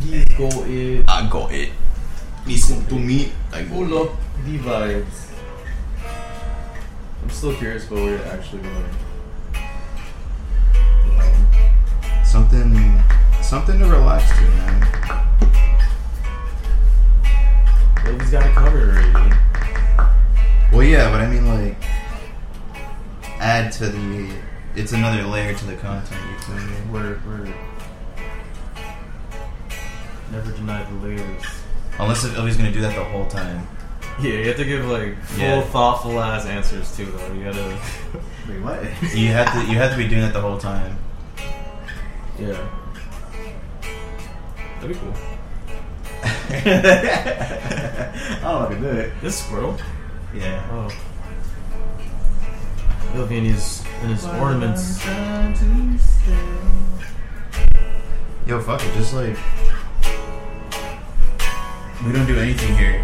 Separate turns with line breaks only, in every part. He's got it.
I got it. Listen to me. oh, I got
Pull up the vibes. I'm still curious about where you're actually going. Um,
Something, something to relax to, man.
well, he's got it covered already.
Well, yeah, but I mean, like, add to the. It's another layer to the content. You feel me?
We're, we're never deny the layers.
Unless if Ovi's gonna do that the whole time.
Yeah, you have to give like full
Yeah.
thoughtful ass answers too, though. You gotta.
Wait, what?
You have to. You have to be doing that the whole time.
Yeah. That'd be cool.
I don't want to do it.
This squirrel.
Yeah.
Oh. Ovi and his, and his ornaments.
Yo, fuck it. Just like we don't do anything here.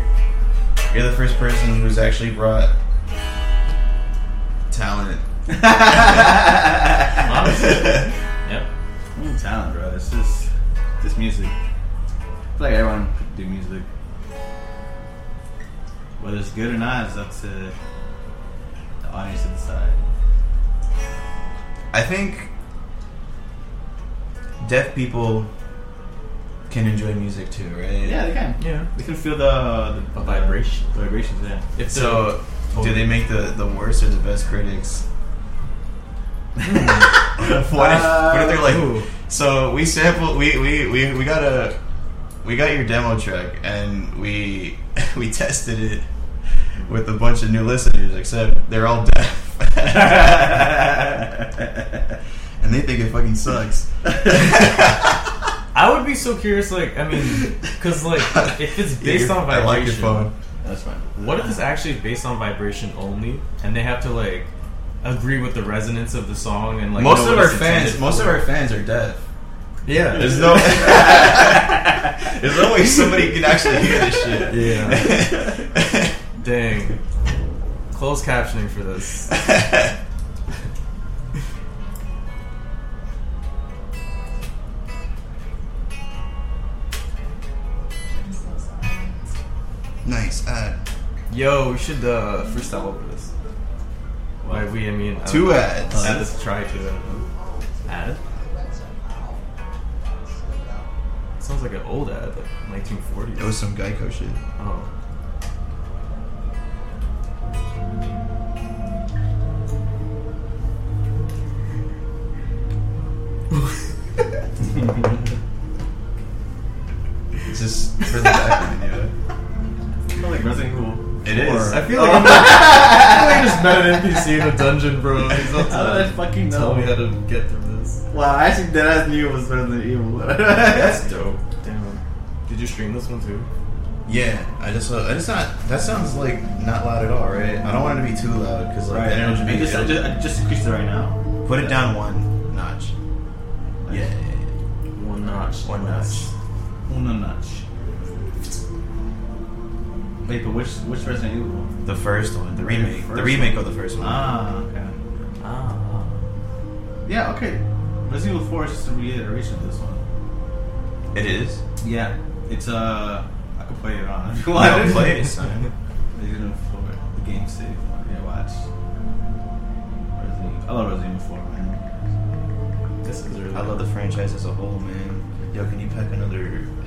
You're the first person who's actually brought talent.
Honestly. Yep.
Mm, talent, bro. It's just, just music. I feel like everyone could do music. Whether it's good or not, it's up to the audience to decide.
I think deaf people can enjoy music too, right?
Yeah, they can.
Yeah.
They can feel the, the
A vibration.
The vibrations, yeah.
If
So, do they make the, the worst or the best critics? what, if, what if they're like,
Hmm. Uh, ooh.
so we sampled, we, we, we, we got a, we got your demo track and we, we tested it with a bunch of new listeners, except they're all deaf. and they think it fucking sucks.
I would be so curious, like, I mean, because, like, if it's based on
I
vibration,
like your phone.
That's fine.
what if it's actually based on vibration only, and they have to, like, agree with the resonance of the song and, like,
most of
know what
our
it's
fans,
intended
most of
for?
our fans are deaf.
Yeah.
There's no, there's no way somebody can actually hear this shit. Yeah.
Dang. Closed captioning for this.
nice. Uh,
Yo, we should uh, freestyle over this. Why we? I mean, I don't
two
know.
ads.
Add this try to ad. Sounds like an old ad, like 1940s.
It was some Geico shit.
Oh.
It's just for the background, yeah.
I feel like Resident Evil.
It is.
I feel like I'm I feel like I just met an NPC in a dungeon, bro. He's not
Uh, How did I
telling-
fucking
Tell
know?
me how to get through this.
Wow, I actually dead ass knew it was Resident Evil.
dope. Damn. Did you stream this one too?
Yeah, I just, uh, I just not. That sounds like not loud at all, right? I don't want it to be too loud because like
Right,
then it'll just be.
I just, I just, I just increased it right now.
put it down one notch. Yeah, yeah, yeah.
One notch.
one notch.
Una notch. Wait, but which which Resident Evil?
The first one, the remake, the
first
remake of the first one.
Ah, okay.
Ah.
Yeah, okay. Resident Evil 4 is just a reiteration of this one.
It is.
Yeah. It's, uh, I could play it on if you
Well, I
want.
don't play it, son.
Resident Evil 4, the game save. Yeah, watch. Resident Evil. I love Resident Evil 4, man.
This is really
I love the franchise as a whole, man. Yo, can you pack another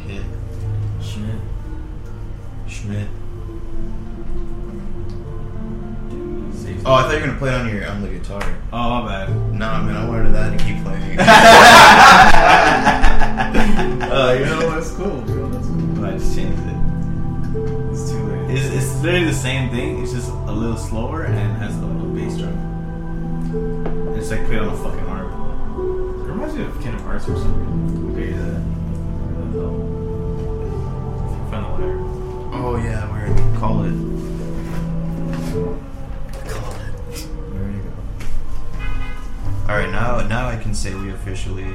hit?
Schmidt.
Schmidt.
Save.
Oh, I thought you were gonna play it on your on the guitar.
Oh, my bad.
Nah, man, I wanted that to keep playing.
Uh, you know, it's cool, bro. That's cool. But I just changed it.
It's too late.
It's, it's literally the same thing, it's just a little slower and has a little bass drum. It's like played on a fucking harp.
It reminds me of Kingdom Hearts or something.
Okay, the-
Find the letter.
oh yeah, we're gonna call it. Call it. There you go. All right, now now I can say we officially,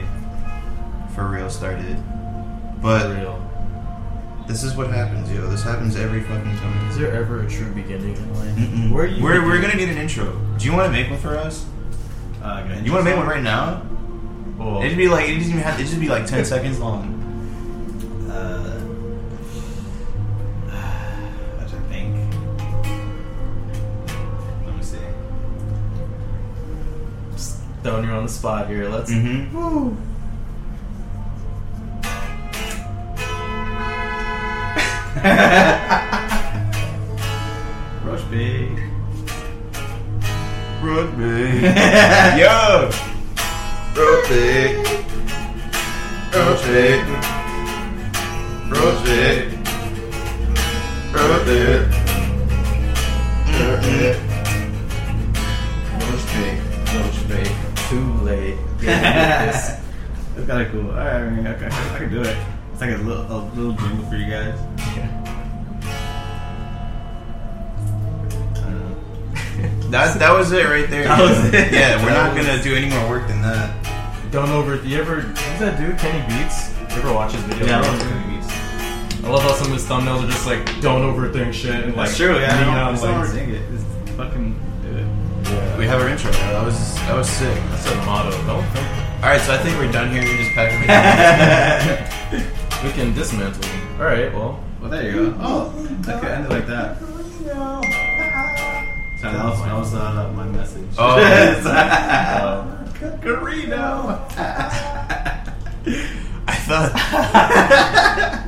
for real, started.
For
But
real.
this is what happens, yo. This happens every fucking time.
Is there ever a true beginning in life?
Mm-mm.
Where you
we're, we're gonna need an intro. Do you want to make one for us?
Uh, okay.
You want to make one right now?
Ah, Well,
Mm-hmm.
It'd be like it doesn't even have. It'd just be like ten seconds long.
Uh, I should think. Let me see.
Just throwing you on the spot here. Let's.
Mm-hmm.
Rush big.
Run me. Yo! Rotate. Rotate. Rotate. Rotate. Rotate.
Rotate. Rotate.
Too late. Yeah, you did this.
That's kind of cool. All right, I mean, I can, I can do it. It's like a little, a little jingle for you guys. I don't know.
That, that was it right there.
That was it.
Yeah, we're
That
not gonna do any more work than that.
Don't over. You ever? Who's that dude? Kenny Beats. You ever watch his video?
Yeah, I
bro?
love Kenny Beats.
I love how some of his thumbnails are just like don't overthink shit and like
That's true. Yeah,
lean
I
on,
don't, it's not
like,
hard to sing it. Just fucking do it.
We have our intro. now. That was that was sick.
That's a motto. Don't think.
All right, so I think we're done here. We just pack everything.
We can dismantle. All right. Well.
well, there you go. Oh, I could end it like that. So that was, that was uh, my message.
Oh.
Yes.
I
Carino.
thought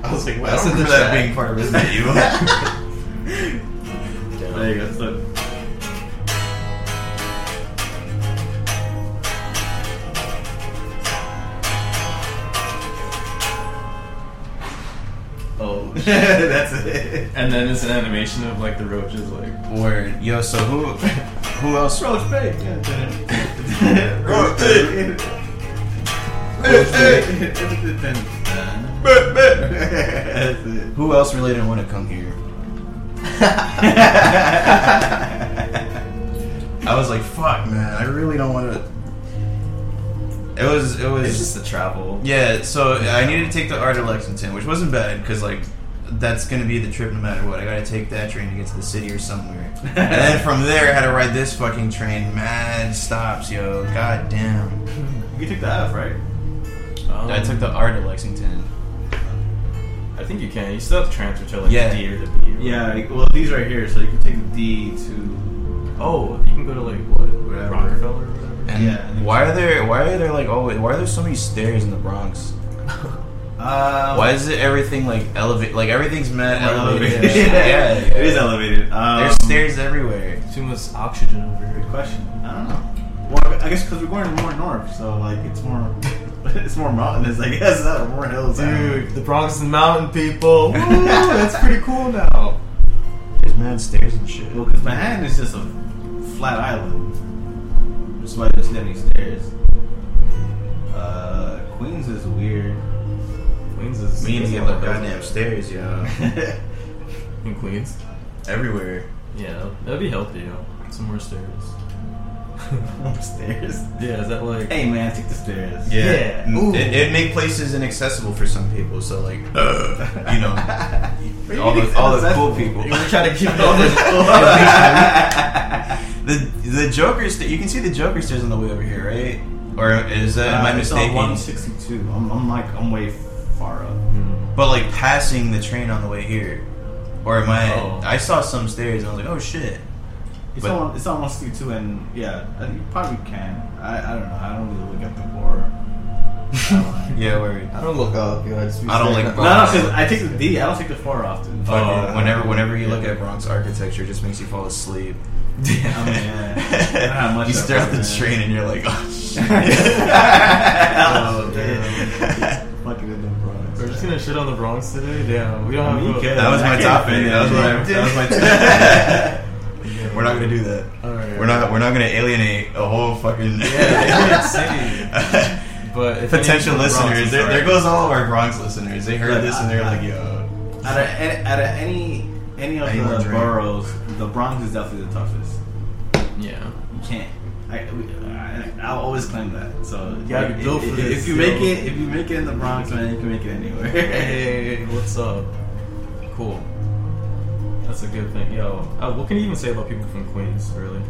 I was like, wow.
I said
remember
that being part of Resident Evil.
There you go. So,
Oh.
that's it.
And then it's an animation of like the roaches like.
Word. Yo, so who who else?
Roach bait.
Roach bait.
That's it.
Who else really didn't want to come here? I was like, fuck, man, I really don't want to. It was it was
It's just the travel.
Yeah, so I needed to take the art to Lexington, which wasn't bad because like that's gonna be the trip no matter what. I gotta take that train to get to the city or somewhere, and then from there I had to ride this fucking train. Mad stops, yo, god damn.
You took the F, right?
Um,
I took the art to Lexington.
I think you can. You still have to transfer to like
Yeah.
D or the B. Or
Yeah. like, Well, these right here, so you can take the D to.
Oh, you can go to like what
Whatever.
Rockefeller. Or whatever.
And
Yeah.
why are there why are there like always why are there so many stairs in the Bronx?
Um,
Why is it everything like elevate like everything's mad elevated?
Elevated.
yeah, yeah.
It is elevated. Um,
There's stairs everywhere.
Too much oxygen over
Good
here.
question. I don't know. Well, I guess because we're going more north, so like it's more, it's more mountainous. I guess uh, more hills.
Dude, the Bronx is mountain people. Woo, that's pretty cool now.
There's mad stairs and shit.
Well, because Manhattan is just a flat island. That's why there's not any stairs. Uh, Queens is weird.
Queens is
Me and
is
the
one of those-
goddamn stairs, yo.
in Queens.
everywhere.
Yeah, that'd be healthy. Yo. Some more stairs.
more stairs.
Yeah, is that like?
Hey man, take the stairs.
Yeah. Ooh.
It, it make places inaccessible for some people. So like, you know, all the all the cool people.
Uh,
You try to keep it all
the the Joker's that you can see the Joker stairs on the way over here, right? Or is that am I
Uh,
One
mistaken?
sixty-two. I'm, I'm like I'm way far up.
Hmm.
But like passing the train on the way here, or am I?
Oh.
I saw some stairs and I was like, oh shit.
It's
But-
on it's on 162 and yeah, I- you probably can. I, I don't know. I don't really look at the bar. I don't know.
Yeah, word.
I don't look up. You know, I, just
I don't like
no, no, because I take the D. I don't take the four often.
Fuck
Oh,
it. whenever whenever you
yeah.
look at Bronx architecture, it just makes you fall asleep.
I mean, yeah, I don't have much
you
of
stare
it,
at the
man.
train and you're like, oh shit.
Oh,
damn.
Fucking in the Bronx.
We're just gonna shit on the Bronx today. Damn, we
I
don't
mean, you
have.
can.
a-
That was my
I can't
topic.
fit
That was,
in.
what I, that was my topic. We're not gonna do that.
All right.
We're not. We're not gonna alienate a whole fucking
Yeah, city. But if
potential
anyone's from the Bronx,
listeners. There,
I'm
there
sorry.
goes all of our Bronx listeners. They heard this and they're like, "Yo,
Out of any, out of any any of
I need more
the
drink.
boroughs, the Bronx is definitely the toughest.
Yeah.
You can't. I, we- I, I'll always claim that. So
You gotta be built
if,
for
if-
this,
if you
yo.
make it, if you make it in the Bronx, man, you can make it anywhere.
Hey, what's up? Cool. That's a good thing. Yo, uh, what can you even say about people from Queens, really?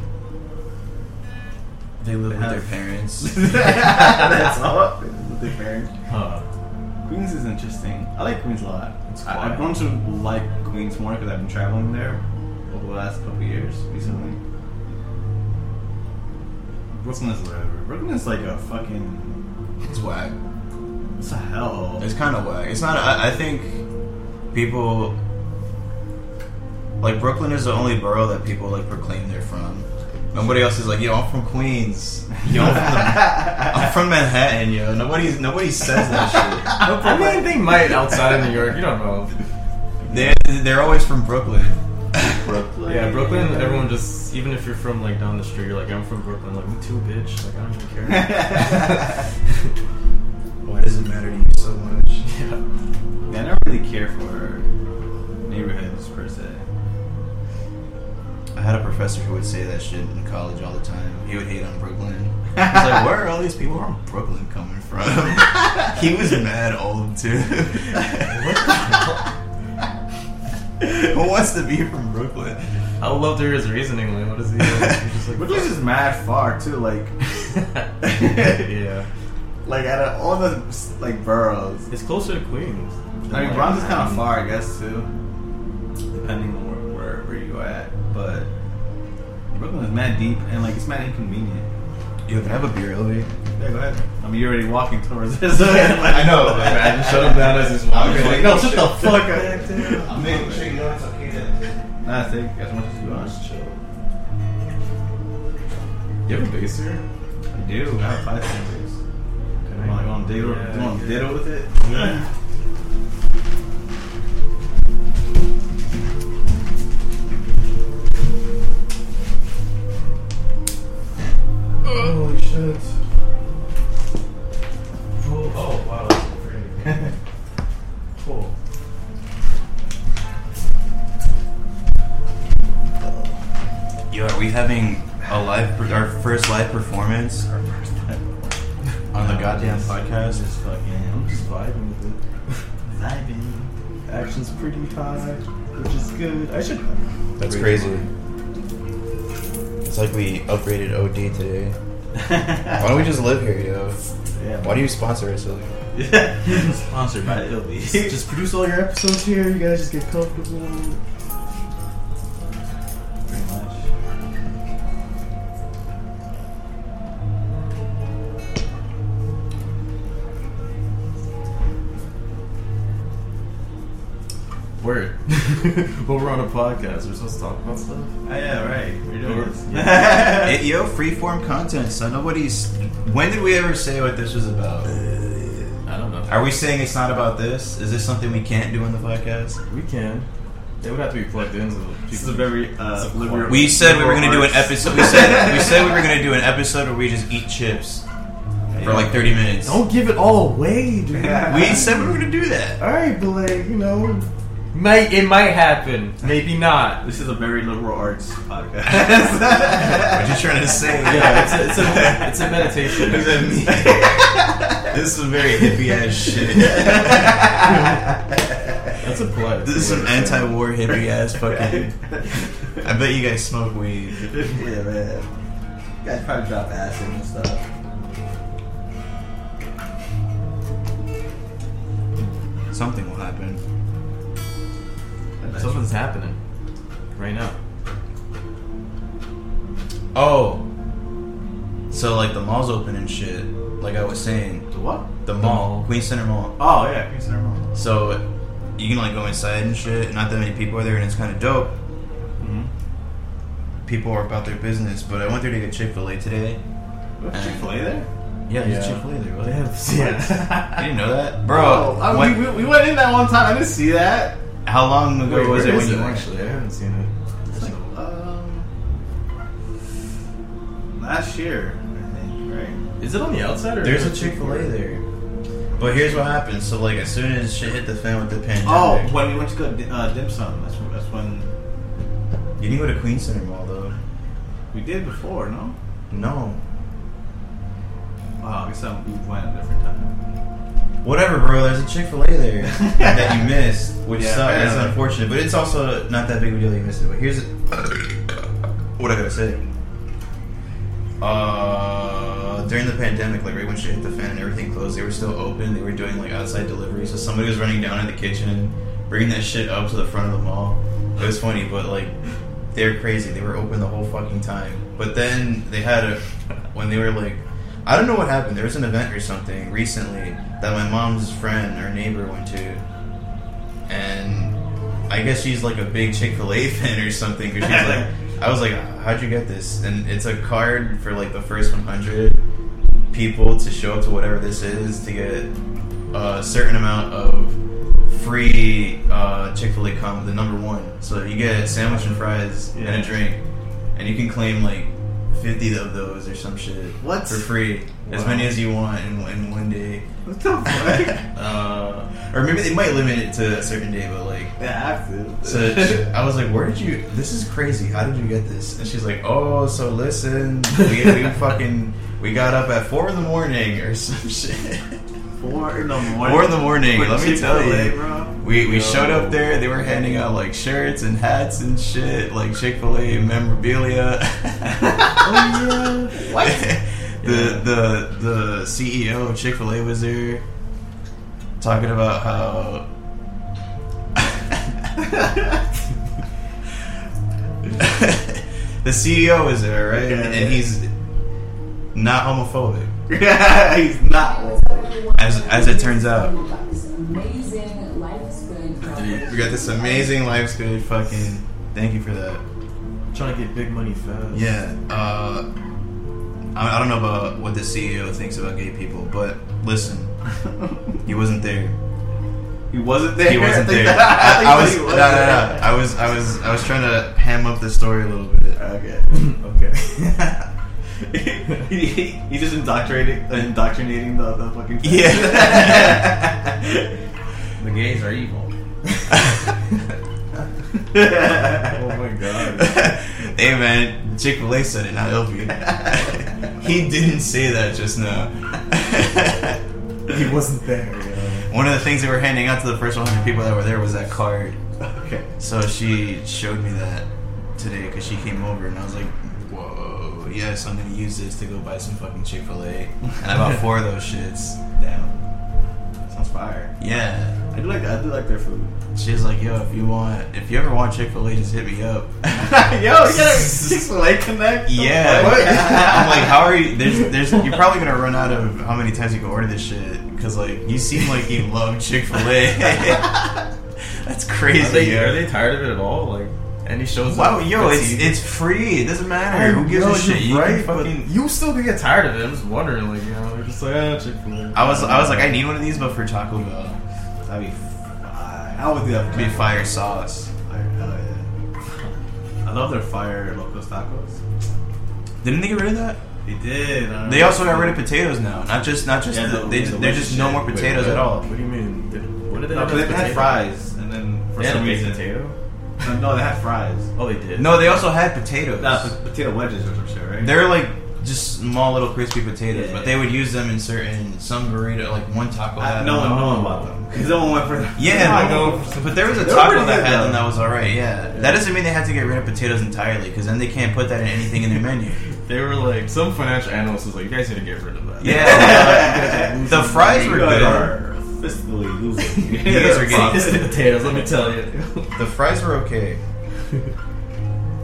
they live
with their
parents."
That's all. With the parents.
Huh.
Queens is interesting. I like Queens a lot.
It's
I,
quiet.
have grown to like Queens more because I've been traveling there over the last couple years recently. Brooklyn is whatever. Brooklyn is like a fucking.
It's whack.
It's a hell.
It's kind of whack. It's not. I, I think people like Brooklyn is the only borough that people like proclaim they're from. Nobody else is like, yo, I'm from Queens. Yo, I'm from, the, I'm from Manhattan. Yo, nobody's nobody says that
I mean, they might outside of New York. You don't know.
shit. They they're always from Brooklyn.
Brooklyn.
Yeah, Brooklyn. Everyone just, even if you're from like down the street, you're like, I'm from Brooklyn. Like, me too, bitch. Like, I don't even care.
Why does it matter to you so much?
yeah.
I don't really care for neighborhoods per se.
I had a professor who would say that shit in college all the time. He would hate on Brooklyn. He's like, where are all these people from Brooklyn coming from? he was mad old too. Who wants to be from Brooklyn?
I love to hear his reasoning. Like, what is he? Like, he's just like,
Brooklyn's just mad far too. Like,
yeah.
like out of all the like boroughs,
It's closer to Queens.
I mean, Bronx is kind of far, I guess, too. Depending on where, where, where you at. But Brooklyn is mad deep and, like, it's mad inconvenient.
Yo, can I have a beer elevator?
Yeah, go ahead. I mean, you're already walking towards this.
I know, like,
I just shut him down as he's walking.
I'm like,
Like,
no,
shut
shut the fuck up.
I'm making sure you know it's okay to
Nah, take as much as you want.
chill.
You have a bass here?
I do. I have five fingers.
Can
I'm like, going to diddle,
Yeah,
going to
yeah.
diddle with it.
Holy shit.
Cool. Oh, wow. That's pretty. cool.
Yo, are we having a live, per- our first live performance on the goddamn podcast?
Just fucking, I'm just
Vibing with it.
vibing.
Action's pretty high, which is good. I should.
That's crazy. It's like we upgraded OD today. Why don't we just live here, yo?
Yeah.
Why do you sponsor us, Ilya?
Yeah. Sponsored by Ilby.
Just produce all your episodes here. You guys just get comfortable.
Pretty much.
Word. well, we're on a podcast. We're supposed to talk about stuff.
Oh, yeah, right. You're doing this.
Hey, yo, freeform content, son. Nobody's. When did we ever say what this was about?
I don't know.
Are we saying it's not about this? Is this something we can't do on the podcast?
We can. They would have to be plugged in.
This is a very uh,
It's a
liberal.
We said we were gonna do an episode. We said we
we
said we were gonna do an episode where we just eat chips for like thirty minutes.
Don't give it all away, dude.
We said we were gonna do that.
all right, but like you know, might it might happen, maybe not.
This is a very liberal arts podcast.
What you trying to say?
Yeah, it's a, it's a, it's a meditation.
What does that mean? this is very hippie ass shit.
That's a plug.
This is some anti-war hippie ass fucking. I bet you guys smoke weed.
yeah, man. You guys probably drop acid and stuff.
Something will happen.
Something's happening right now.
Oh. So like the mall's open and shit. Like I was saying,
The what?
the mall,
mall.
Queen Center Mall.
Oh yeah, Queen Center Mall.
So you can like go inside and shit. Not that many people are there, and it's kind of dope. Mm-hmm.
Mhm.
People are about their business. But I went there to get Chick Fil A today.
Chick
Uh,
Fil A there?
Yeah, there's
there's
Chick Fil
Chick-fil-A
A there.
They have yeah.
You didn't know that, bro?
Oh, I-
when-
we, we, we went in that one time. I didn't see that.
how long ago
Wait,
was it
where
when
is
you
it?
went?
Actually, I haven't seen it.
It's like, um, last year, I think. Right?
Is it on the outside or
There's a Chick Fil A there. But here's what happened. So like, as soon as shit hit the fan with the pandemic,
Oh, when we went to go di- uh, dim sum. That's when, that's when
you didn't go to Queen Center Mall though.
we did before. No.
No,
Oh, I guess I- we went a different time.
Whatever, bro. There's a Chick Fil A there that you missed, which
Yeah,
sucks.
fair
That's
enough.
unfortunate, but it's also not that big of a deal. You missed it. But here's what I gotta say. Uh, during the pandemic, like right when shit hit the fan and everything closed, they were still open. They were doing like outside deliveries. So somebody was running down in the kitchen, bringing that shit up to the front of the mall. It was funny, but like they were crazy. They were open the whole fucking time. But then they had a when they were like, I don't know what happened. There was an event or something recently that my mom's friend or neighbor went to, and I guess she's like a big Chick Fil A fan or something. Cause she's like, I was like, how'd you get this? And it's a card for like the first 100 people to show up to whatever this is to get a certain amount of free uh, Chick Fil A combo, the number one. So you get a sandwich and fries and
Yeah.
a drink, and you can claim like 50 of those or some shit
What?
for free, as
Wow.
many as you want in, in one day.
What the fuck?
uh, or maybe they might limit it to a certain day, but like.
they have to.
So I was like, "Where did you? This is crazy. How did you get this?" And she's like, "Oh, so listen, we, we fucking we got up at four in the morning or some shit.
four in the morning.
Four in the morning.
With
Let me tell
Chick-fil-A,
you,
bro.
we we showed up there. They were handing out like shirts and hats and shit, like Chick Fil A memorabilia.
Oh, yeah.
what? the the the CEO of Chick Fil A was there, talking about how. the CEO was there, right?
Yeah, yeah.
and he's not homophobic,
He's not.
as as it turns out.
Amazing, life is good.
We got this amazing life's good fucking. Thank you for that.
Trying to get big money fast.
Yeah. Uh, I, I don't know about what the CEO thinks about gay people, but listen, he wasn't there.
He wasn't there.
He wasn't
think
there.
that-
I, I
think
was. No, no,
he
no. I was. I was. I was trying to ham up the story a little bit.
Okay.
Okay.
he, he- he just indoctrinating, indoctrinating the, the fucking.
Yeah.
the gays are evil.
Oh my god.
hey man, Chick Fil A said it, not Elvie. he didn't say that just now.
He wasn't there. Yeah.
One of the things they were handing out to the first 100 people that were there was that card.
okay.
So she showed me that today because she came over and I was like, whoa, yes, I'm gonna use this to go buy some fucking Chick Fil A, and I bought four of those shits.
Damn. Sounds fire.
Yeah.
I do like I do like their food.
She was like, yo, if you want, if you ever want Chick Fil A, just hit me up.
Yo, you got a Chick Fil A connect.
Yeah,
What?
I'm like, how are you? There's, there's, you're probably gonna run out of how many times you can order this shit because like you seem like you love Chick Fil A. That's
Are they,
crazy.
are
yo.
they tired of it at all? Like, any shows?
Wow,
up
yo, it's
fatigued?
it's free. It doesn't matter. Who gives
Yo,
a shit? You
You're
can
right, but
fucking.
you still could get tired of it. I'm just wondering, like, you know, they're just like, ah, Chick Fil A.
I was, I was like, I need one of these, but for Taco Bell,
That'd be. Fire. I would do that.
it'd
For
be fire sauce.
fire. Hell yeah. I love their fire locos tacos.
Didn't they get rid of that?
They did. I
They also got rid of potatoes now. Not just, not just.
Yeah,
the,
the-
they,
the
there's just no
shit.
more
Wait,
potatoes at all.
What do you mean? Did, what did they
No,
have?
'cause
as
they had
potato?
fries, and then for
They had
some
a baked
reason,
potato.
No, no, they had fries.
Oh, they did.
No, they also had potatoes.
Nah, po- potato wedges or some shit, right?
They're like just small little crispy potatoes,
Yeah.
but they would use them in certain some burrito, like one taco.
I,
had
no one,
them.
no one bought them because no one went for them.
Yeah,
no.
no, but there was a
They're
taco
pretty
that
good,
had
though.
them that was all right. Yeah. that doesn't mean they had to get rid of potatoes entirely, because then they can't put that in anything in their menu.
They were like, some financial analyst was like, you guys need to get rid of that.
Yeah, the fries
You
were
guys
good.
are fiscally losing.
You guys are
getting-
getting the potatoes, let me tell you.
The fries were okay.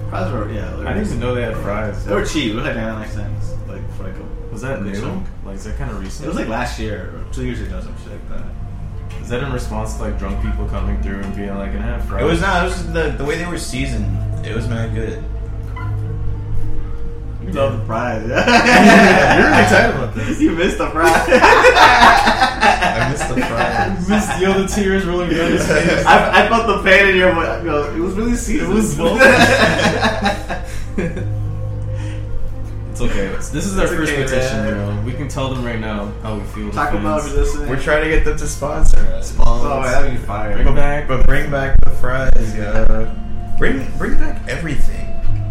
fries were yeah. They were,
I didn't even know they had fries.
they were cheap. It was like 99 cents, like for like a.
Was that
Oh, Good
new?
chunk.
Like, is that kind of recent?
It was like last year, or two years ago, some shit like that.
Is that in response to like drunk people coming through and being like, "Can I have fries?"
It was not. It was just the the way they were seasoned. It was mad good.
You love the fries. You're
You're really excited about this.
You missed the fries.
I missed the fries.
Miss, yo, the tears rolling down his face.
I, I felt the pain in your voice. You know, It was really seasoned.
It was well- It's okay. This is our
It's
first
okay,
petition, you
man.
know. We can tell them right now how we feel.
Taco Bell, if
fans.
you're listening.
We're trying to get them to sponsor us.
Oh, that'd be fire.
Bring it back.
But bring back the fries, yo. Bring bring back everything.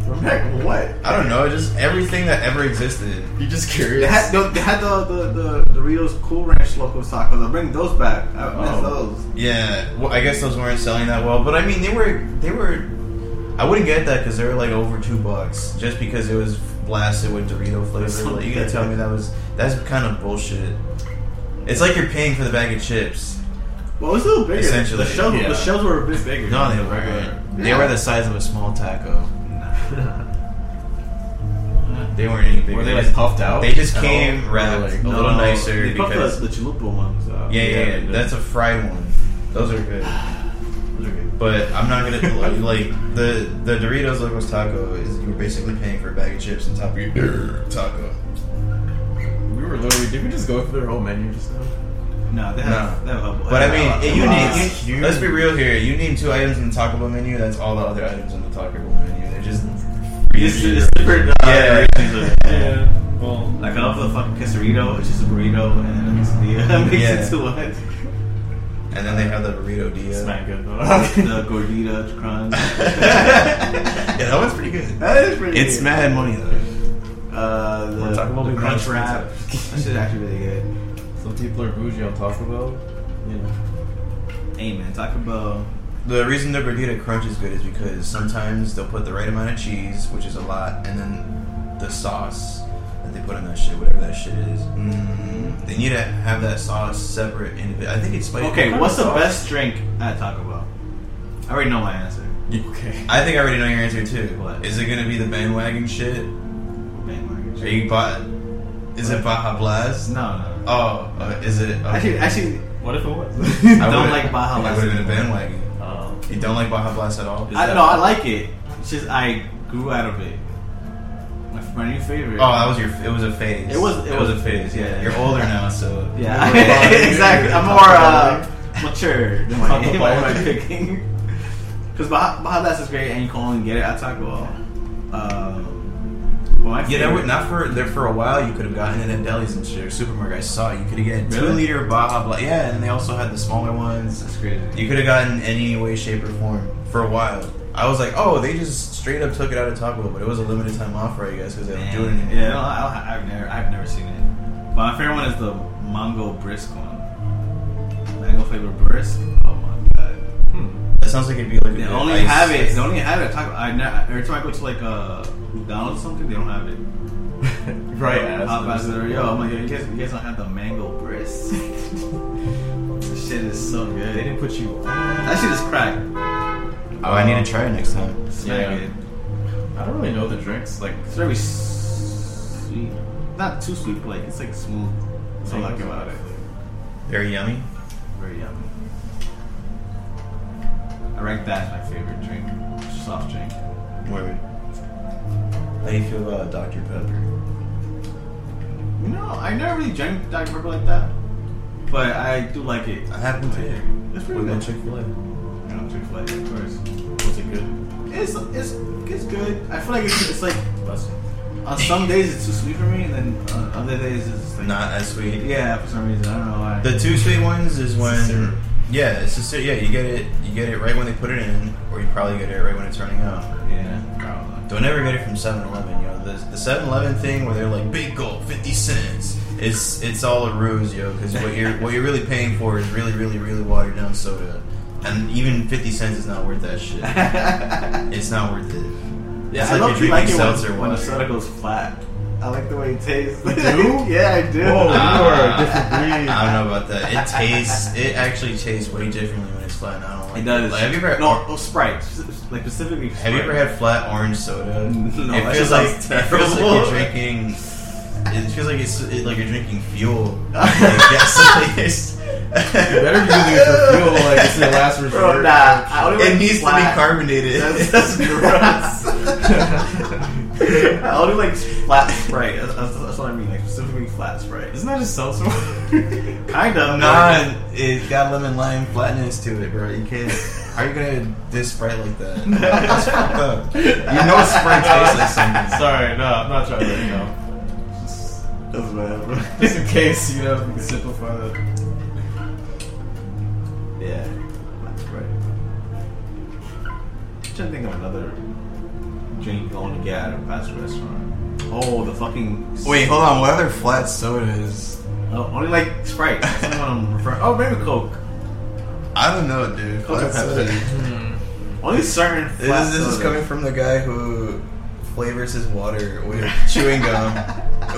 We're back. What?
I don't know, just everything that ever existed.
You're just
They
curious.
had, no, they had the, the, the Doritos Cool Ranch Locos Tacos. I'll bring those back. I miss
Oh.
those.
Yeah, well, I guess those weren't selling that well, but I mean, they were they were I wouldn't get that because they were like over two bucks just because it was blasted with Dorito flavor. Like, you gonna tell me that was that's kind of bullshit. It's like you're paying for the bag of chips.
Well, it was a little bigger.
Essentially,
the shells,
yeah.
the shells were a bit bigger.
No, they were they were the size of a small taco. They weren't any bigger.
Were they like puffed out?
They just
at
came
all?
wrapped
Or,
a
like,
little nicer
They puffed
because
the, the chalupa ones uh, out.
yeah, yeah,
Yeah,
yeah,
they
that's a
did.
fried one. Those are good.
Those are good.
But I'm not gonna like, like the the Doritos Locos Taco is you're basically paying for a bag of chips on top of your taco.
we were literally. Did we just go through their whole menu just now?
No, they have,
No.
they have a
But I mean,
they
if
have
you
a lot.
need you, let's be real here. You need two items in the Taco Bell menu. That's all the other items on the Taco Bell menu. They're just
It's, it's different. Uh,
Yeah.
variations of-
Yeah. Well,
Like off the fucking quesarito, it's just a burrito and a quesadilla mixed
Yeah.
into one.
and then they have the burrito dia.
it's not good though.
The gordita crunch.
yeah, that one's pretty good.
That is pretty.
It's
good.
mad money though.
Uh, the,
We're talking about
the
being nice
crunch wrap. That shit's actually really good.
Some people are bougie on Taco Bell. You know.
Hey man, Taco Bell.
The reason the gordita crunch is good is because sometimes they'll put the right amount of cheese, which is a lot, and then the sauce that they put on that shit, whatever that shit is. Mm, they need to have that sauce separate. Individ- I think it's spicy.
Okay, what's the
sauce?
best drink at Taco Bell? I already know my answer.
Okay.
I think I already know your answer too.
What?
Is it gonna be the bandwagon shit?
Man, Margaret.
Are you bought? Is it Baja Blast?
No, no. no.
Oh, uh, is it? okay.
Actually, actually,
What if it was?
I would've-
don't like Baja
I
Blast.
would have been a bandwagon.
um,
You don't like Baja Blast at all?
Is
I
that-
no, I like it. It's just I grew out of it. My, my new favorite.
Oh, that was your. It was a phase.
It was- it
It was
was-
a phase. Yeah.
yeah.
You're older now, so.
yeah, exactly. I'm more uh, mature than my,
Taco
in
Bell.
my picking. Because Baja Baja Blast is great, and you can only get it at Taco Bell. Um, well, my
Yeah,
favorite,
that would, not for there for a while. You could have gotten it at delis and shit, or supermarket. I saw it. You could have gotten two
Really?
liter Baja Blast. Yeah, and they also had the smaller ones.
That's crazy.
You could have gotten any way, shape, or form for a while. I was like, oh, they just straight up took it out of Taco Bell, but it was a limited time offer, I guess, because they don't do it anymore.
Yeah, no, I, I've never, I've never seen it. But my favorite one is the mango brisk one. Mango flavored brisk. Oh my god.
hmm.
That sounds like it'd be like a
They
good
only
ice-
have it. They only have it. at Taco. I ne- every time I go to like a McDonald's or something, they don't have it.
Right.
Pop out
ass.
there, yo, I'm like, yo, you guys, you guys don't have the mango brisk. This shit is so
They
good.
didn't put you.
That shit is crack.
Oh, I need to try it next time.
Smack
Yeah.
it.
I don't really know the drinks. Like,
It's very s- sweet. Not too sweet, but like it's like smooth. That's all I like about it.
Very yummy.
Very yummy. I rank that as my favorite drink, soft drink.
Word. How do you feel about Dr. Pepper?
You know, I never really drank Dr Pepper like that, but I do like it.
I have one too.
It's pretty
With no
good.
Chick fil A.
You know, Chick Fil A, of course.
was it good?
It's it's it's good. I feel like it's, it's like
Bless you.
on some days it's too sweet for me, and then on other days it's just like
Not as sweet.
yeah for some reason I don't know why.
The two sweet ones is when
syrup.
yeah, it's just yeah. You get it, you get it right when they put it in, or you probably get it right when it's running out.
yeah, probably.
Don't ever get it from 7-Eleven. You know the the 7-Eleven thing where they're like big gulp, fifty cents. It's it's all a ruse, yo. Because what you're what you're really paying for is really really really watered down soda, and even fifty cents is not worth that shit. it's not worth it.
Yeah,
it's
I
like you're
love you
drinking
like it
seltzer
when, when the
water.
soda goes flat. I like the way it tastes. You
do?
yeah, I do.
Whoa, you are a
Ah.
different breed.
I don't know about that. It tastes. It actually tastes way differently when it's flat. And I don't like
It does.
Like, have you ever
no oh, Sprite, s- like specifically.
Have you ever had flat orange soda?
No,
it
that
feels
just
like
sounds
it feels like
terrible.
you're drinking. It feels like it's it, like you're drinking fuel. Like, yes,
You better be using it for fuel. Like, it's your last resort.
Bro, nah, I only
it
like
needs to be
flat.
carbonated.
That's, that's gross. I only like flat Sprite. That's, that's, that's what I mean, like specifically flat Sprite.
Isn't that just seltzer?
Kind of.
Nah, it got lemon lime flatness to it, bro. You can't. How are you gonna diss Sprite like that? That's fucked up. You know Sprite tastes like something.
Sorry, no, I'm not trying to. No.
That's whatever.
Just in case, you know, we can simplify that.
yeah. Flat Sprite. I'm trying to think of another drink I want to get at a fast restaurant. Oh, the fucking.
Wait, hold on. What other flat sodas?
Oh, only like Sprite. That's the one I'm referring. Oh, maybe Coke.
I don't know, dude.
Coke
Hmm.
or
Flat soda.
Pepsi. Only certain. flat
This, is- this is
sodas.
coming from the guy who flavors his water with chewing gum,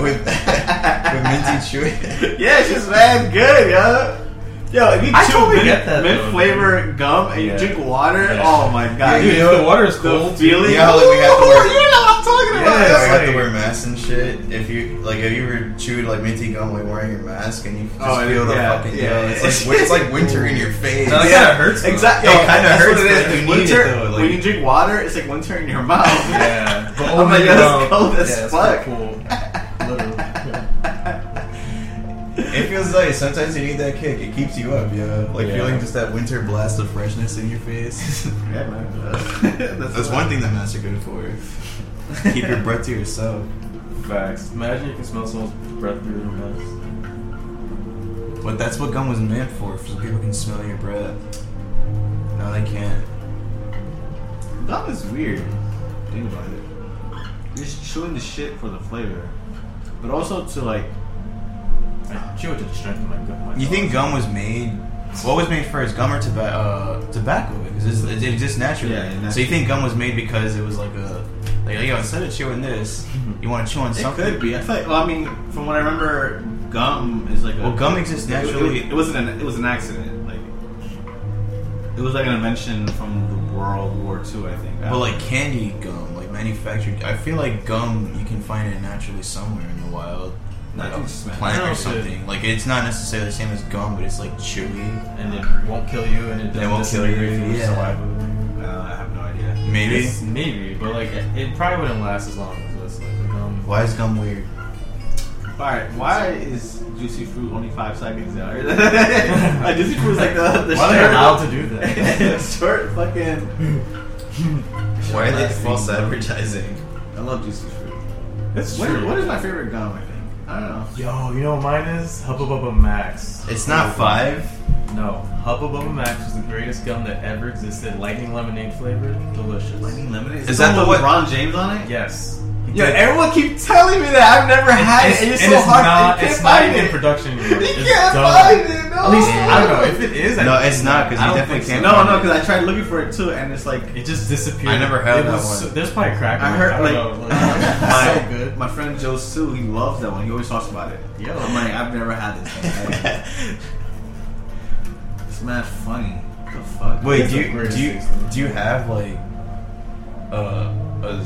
with, with minty chewing.
Yeah, it's just mad good, yo. Yo, if you
I
chew
totally
mint,
get that,
mint
though,
flavor gum and
Yeah.
you drink water,
Yeah.
oh my god,
Yeah, you
Dude,
dude,
know
the water is
the
cold.
feeling.
Yeah, like we have to
Ooh,
wear-
you know what I'm talking
Yeah,
about.
you
It's
have to
like-
wear masks and shit. If you like, have you ever chewed like minty gum while wearing your mask and you just
Oh,
feel the
yeah,
fucking
yeah,
yeah,
yeah.
It's like it's like winter in your face.
No, that
Yeah,
kinda hurts. though.
Exactly.
It
Yo,
kinda
that's
hurts,
What
but
it is.
you
It's
need it,
winter,
though, like-
when you drink water, it's like winter in your mouth.
Yeah. But
Oh my
only
God,
about-
it's cold as
yeah, it's
fuck.
cool.
Literally. Yeah.
It feels nice. Sometimes you need that kick. It keeps you up, yeah. Like
Yeah.
feeling just that winter blast of freshness in your face.
Yeah, man.
That's, one thing that masks are good for. Keep your breath to yourself.
Facts. Imagine you can smell someone's breath through their mask.
But that's what gum was meant for, so people can smell your breath. No, they can't.
Gum is weird. Think about it. You're just chewing the shit for the flavor, but also to like.
I chew it to strengthen my gut. my
You think
jaws.
gum was made? What was made first, gum or toba- uh, tobacco? Because it exists naturally.
Yeah, yeah,
So you think gum was made because it was like a like yo instead of chewing this, you want to chew on
Mm-hmm. It
something.
could be. I feel like. Well, I mean, from what I remember, gum is like. A,
Well, gum exists
It-
naturally.
It, it, wasn't. An, it was an accident. Like. It was like an invention from the World War II, I think.
But like candy gum, like manufactured. I feel like gum, you can find it naturally somewhere in the wild, like
I
a
think it's smack-
plant
I
or
don't know if it-
something. Like it's not necessarily the same as gum, but it's like chewy.
And it won't kill you, and it doesn't
It won't kill
disintegrate
you,
through
yeah.
saliva.
Uh, I have no idea.
Maybe.
It's maybe, but like it, it probably wouldn't last as long as this. Like um, the gum.
Why is gum weird?
All right, why is juicy fruit only five seconds? Now? like, juicy fruit is like the, the
Why are
short-
they allowed to do that?
short fucking.
Why are they
Lasting
false
gum.
advertising?
I love juicy fruit.
That's
What,
true.
what is my favorite gum? I think I don't know.
Yo, you know what mine is Hubba Bubba Max.
It's not five.
No, Hubba Bubba Max was the greatest gum that ever existed. Lightning lemonade flavored, delicious.
Lightning lemonade.
Is that
one
the
with
one-
LeBron James on it?
Yes.
Yeah, everyone keep telling me that I've never had
It's-
it. and It's,
and
so
it's
hard.
Not,
you
it's
can't
not
find
even in
it.
production anymore.
You
It's
can't
done.
find it. No.
At least I don't know if it is. I
No,
think
it's not, 'cause
I
you
don't
definitely
think
can't
so.
No, no, because I tried looking for it too, and it's like
It just disappeared.
I never had
It
that
was
one.
So, there's probably a crack. in
I
it.
heard
I
like,
don't know.
my,
so good.
my friend Joe Sue, he loves that one. He always talks about it.
Yo.
I'm like, I've never had this. Thing. it's mad funny. What the fuck?
Wait,
It's
do
the
you
greatest
do you
taste.
do you have like uh a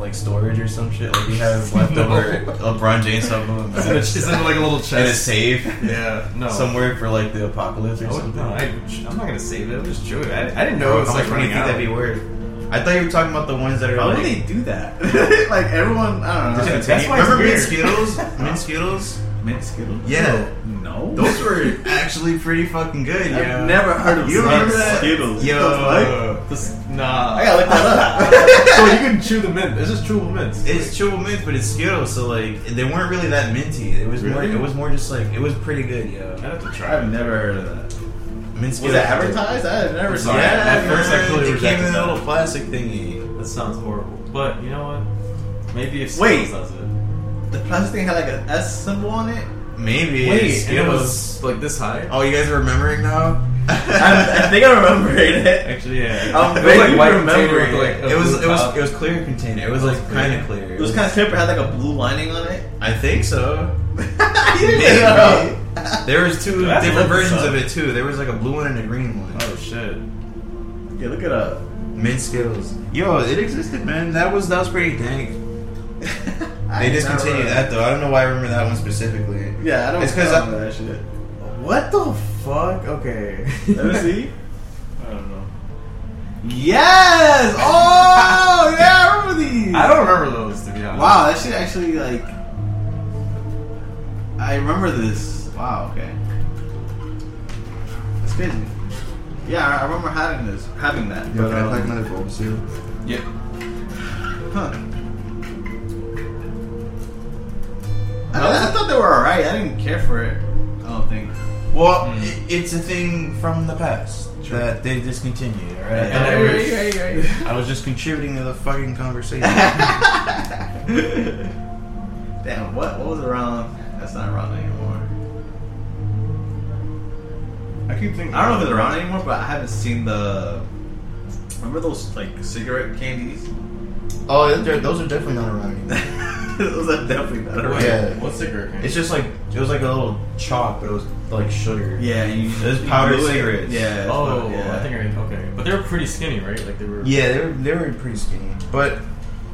like storage or some shit? Like you have leftover LeBron James album
It's in, a, it's in like a little chest.
in a safe
Yeah. No.
somewhere for like the apocalypse or
I would,
something?
no, I, I'm not gonna save it. I'll just chew it. I, I didn't know
Bro,
it was
how
like
much money
running
do you think
out.
that'd be worth? I thought you were talking about the ones that are
Why would
like.
they do that? like everyone, I don't know.
Dude,
That's why it's
remember mint
weird.
Skittles? mint Skittles?
mint Skittles?
Yeah.
No.
Those were actually pretty fucking good.
I've
yeah.
never heard of
You
Mint
remember that?
Skittles. What
Yo,
This, nah.
the fuck? I gotta look that up.
so you can chew the mint. It's just chewable mints.
It's chewable mint, but it's Skittles, so like they weren't really that minty. It was
Really?
more. It was more just like it was pretty good,
I
yo.
have to try. it.
I've never heard of that.
Mint
Was
Skittles.
it advertised? I had never seen
Sorry,
that.
Yeah,
at first I
man,
totally
it came
rejected
in a
that.
little plastic thingy.
That sounds horrible. But you know what? Maybe if
Wait.
Skittles does it.
The plastic thing had like an S symbol on it.
Maybe
and it
Skittles.
was like this high.
Oh, you guys are remembering now?
I, I think I remember it.
Actually, yeah.
I'm
it was
vaguely
like white
remembering
container with,
it.
like a
it was.
blue
It was.
top.
It was clear container. It was like kind of clear.
It was kind of clear, but it had like a blue lining on it.
I think so.
Maybe.
Maybe. There was two
Dude, I have to
different
look this
versions
up.
of it too. There was like a blue one and a green one.
Oh shit.
Yeah, look it up.
Mint Skittles. Yo, it existed, man. That was that was pretty dank. They discontineed that though. I don't know why I remember that one specifically.
Yeah, I don't.
It's 'cause
remember
I-
that shit.
What the fuck? Okay.
Let me see.
I don't know.
Yes! Oh, yeah, I remember these.
I don't remember those to be honest.
Wow, that shit actually like. I remember this. Wow. Okay. That's crazy. Yeah, I- I remember having this, having that. But, um,
another Bulbasaur?
Yeah.
huh. I, I thought they were alright. I didn't care for it. I don't think.
Well,
Hmm.
i- it's a thing from the past that they discontinued. All right,
And I was-
I was just contributing to the fucking conversation.
Damn, what what was around? That's not around anymore.
I keep thinking.
I don't know if it's around anymore, but I haven't seen the Remember those like cigarette candies?
Oh, they're- those are definitely not around anymore.
those are definitely not around.
Wait,
Yeah.
What's cigarette candy?
It's just like it was like a little chalk, but it was like sugar.
Yeah, you
Those powdered
blew it.
cigarettes.
Yeah. that's
oh,
what- yeah.
I think I okay. But they were pretty skinny, right? Like they were.
Yeah, they were they were pretty skinny, but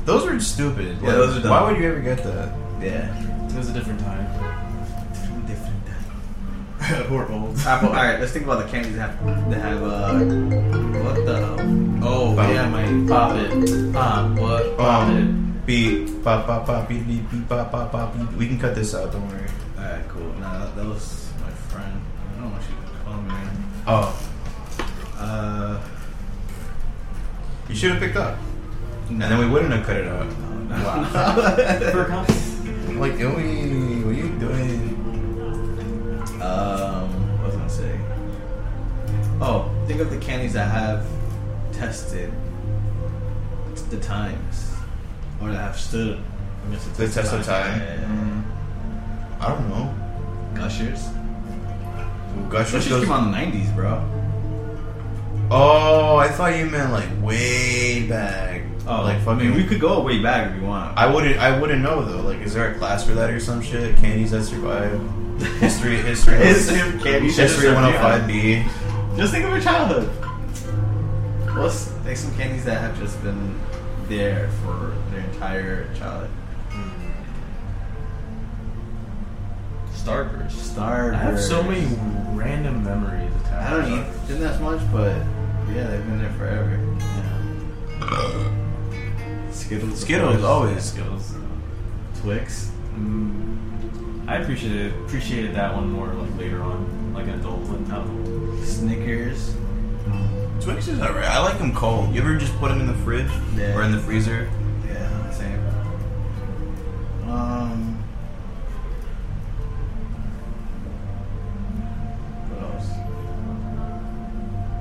those were stupid.
Yeah, those are dumb.
Why would you ever get that?
yeah.
It was a different time.
Two different.
We're old.
Apple. All right, let's think about the candies that have. That have uh, what the?
Oh
Pop.
yeah, my pop it, pop
Oh,
what, pop
Um, Beep, pop, pop, pop, beep, beep, beep, pop, pop, pop, beep. We can cut this out. Don't worry.
All right, cool. Nah, that was my friend. I don't know what she called me.
Oh,
Uh,
you should have picked up, and then we wouldn't have cut it out.
it. For a comp-
Like, Joey, what are you doing?
Um, what was I gonna say? Oh, think of the candies that have tested the times, or that have stood against
The test of time. I don't know.
Yeah. Gushers.
Well, Gushers
Gushers
goes-
came out in the nineties, bro.
Oh, I thought you meant like way back.
Oh,
like
I
fucking.
mean, we could go way back if you want.
I wouldn't. I wouldn't know though. Like, is there a class for that or some shit? Candies that survive. History. History.
History of candies that
History
survive.
105B.
Just think of your childhood. Let's take some candies that have just been there for their entire childhood.
Starburst.
Starburst.
I have so many random memories attached.
I don't eat them that much, but yeah, they've been there forever. Skittles,
Skittles, always
Skittles.
Twix.
Mm, I appreciated appreciated that one more like later on, like an adult. um, Like, not adult.
Snickers.
Twix is alright. I like them cold. You ever just put them in the fridge
Yeah.
or in the freezer?
Yeah, same. Um. What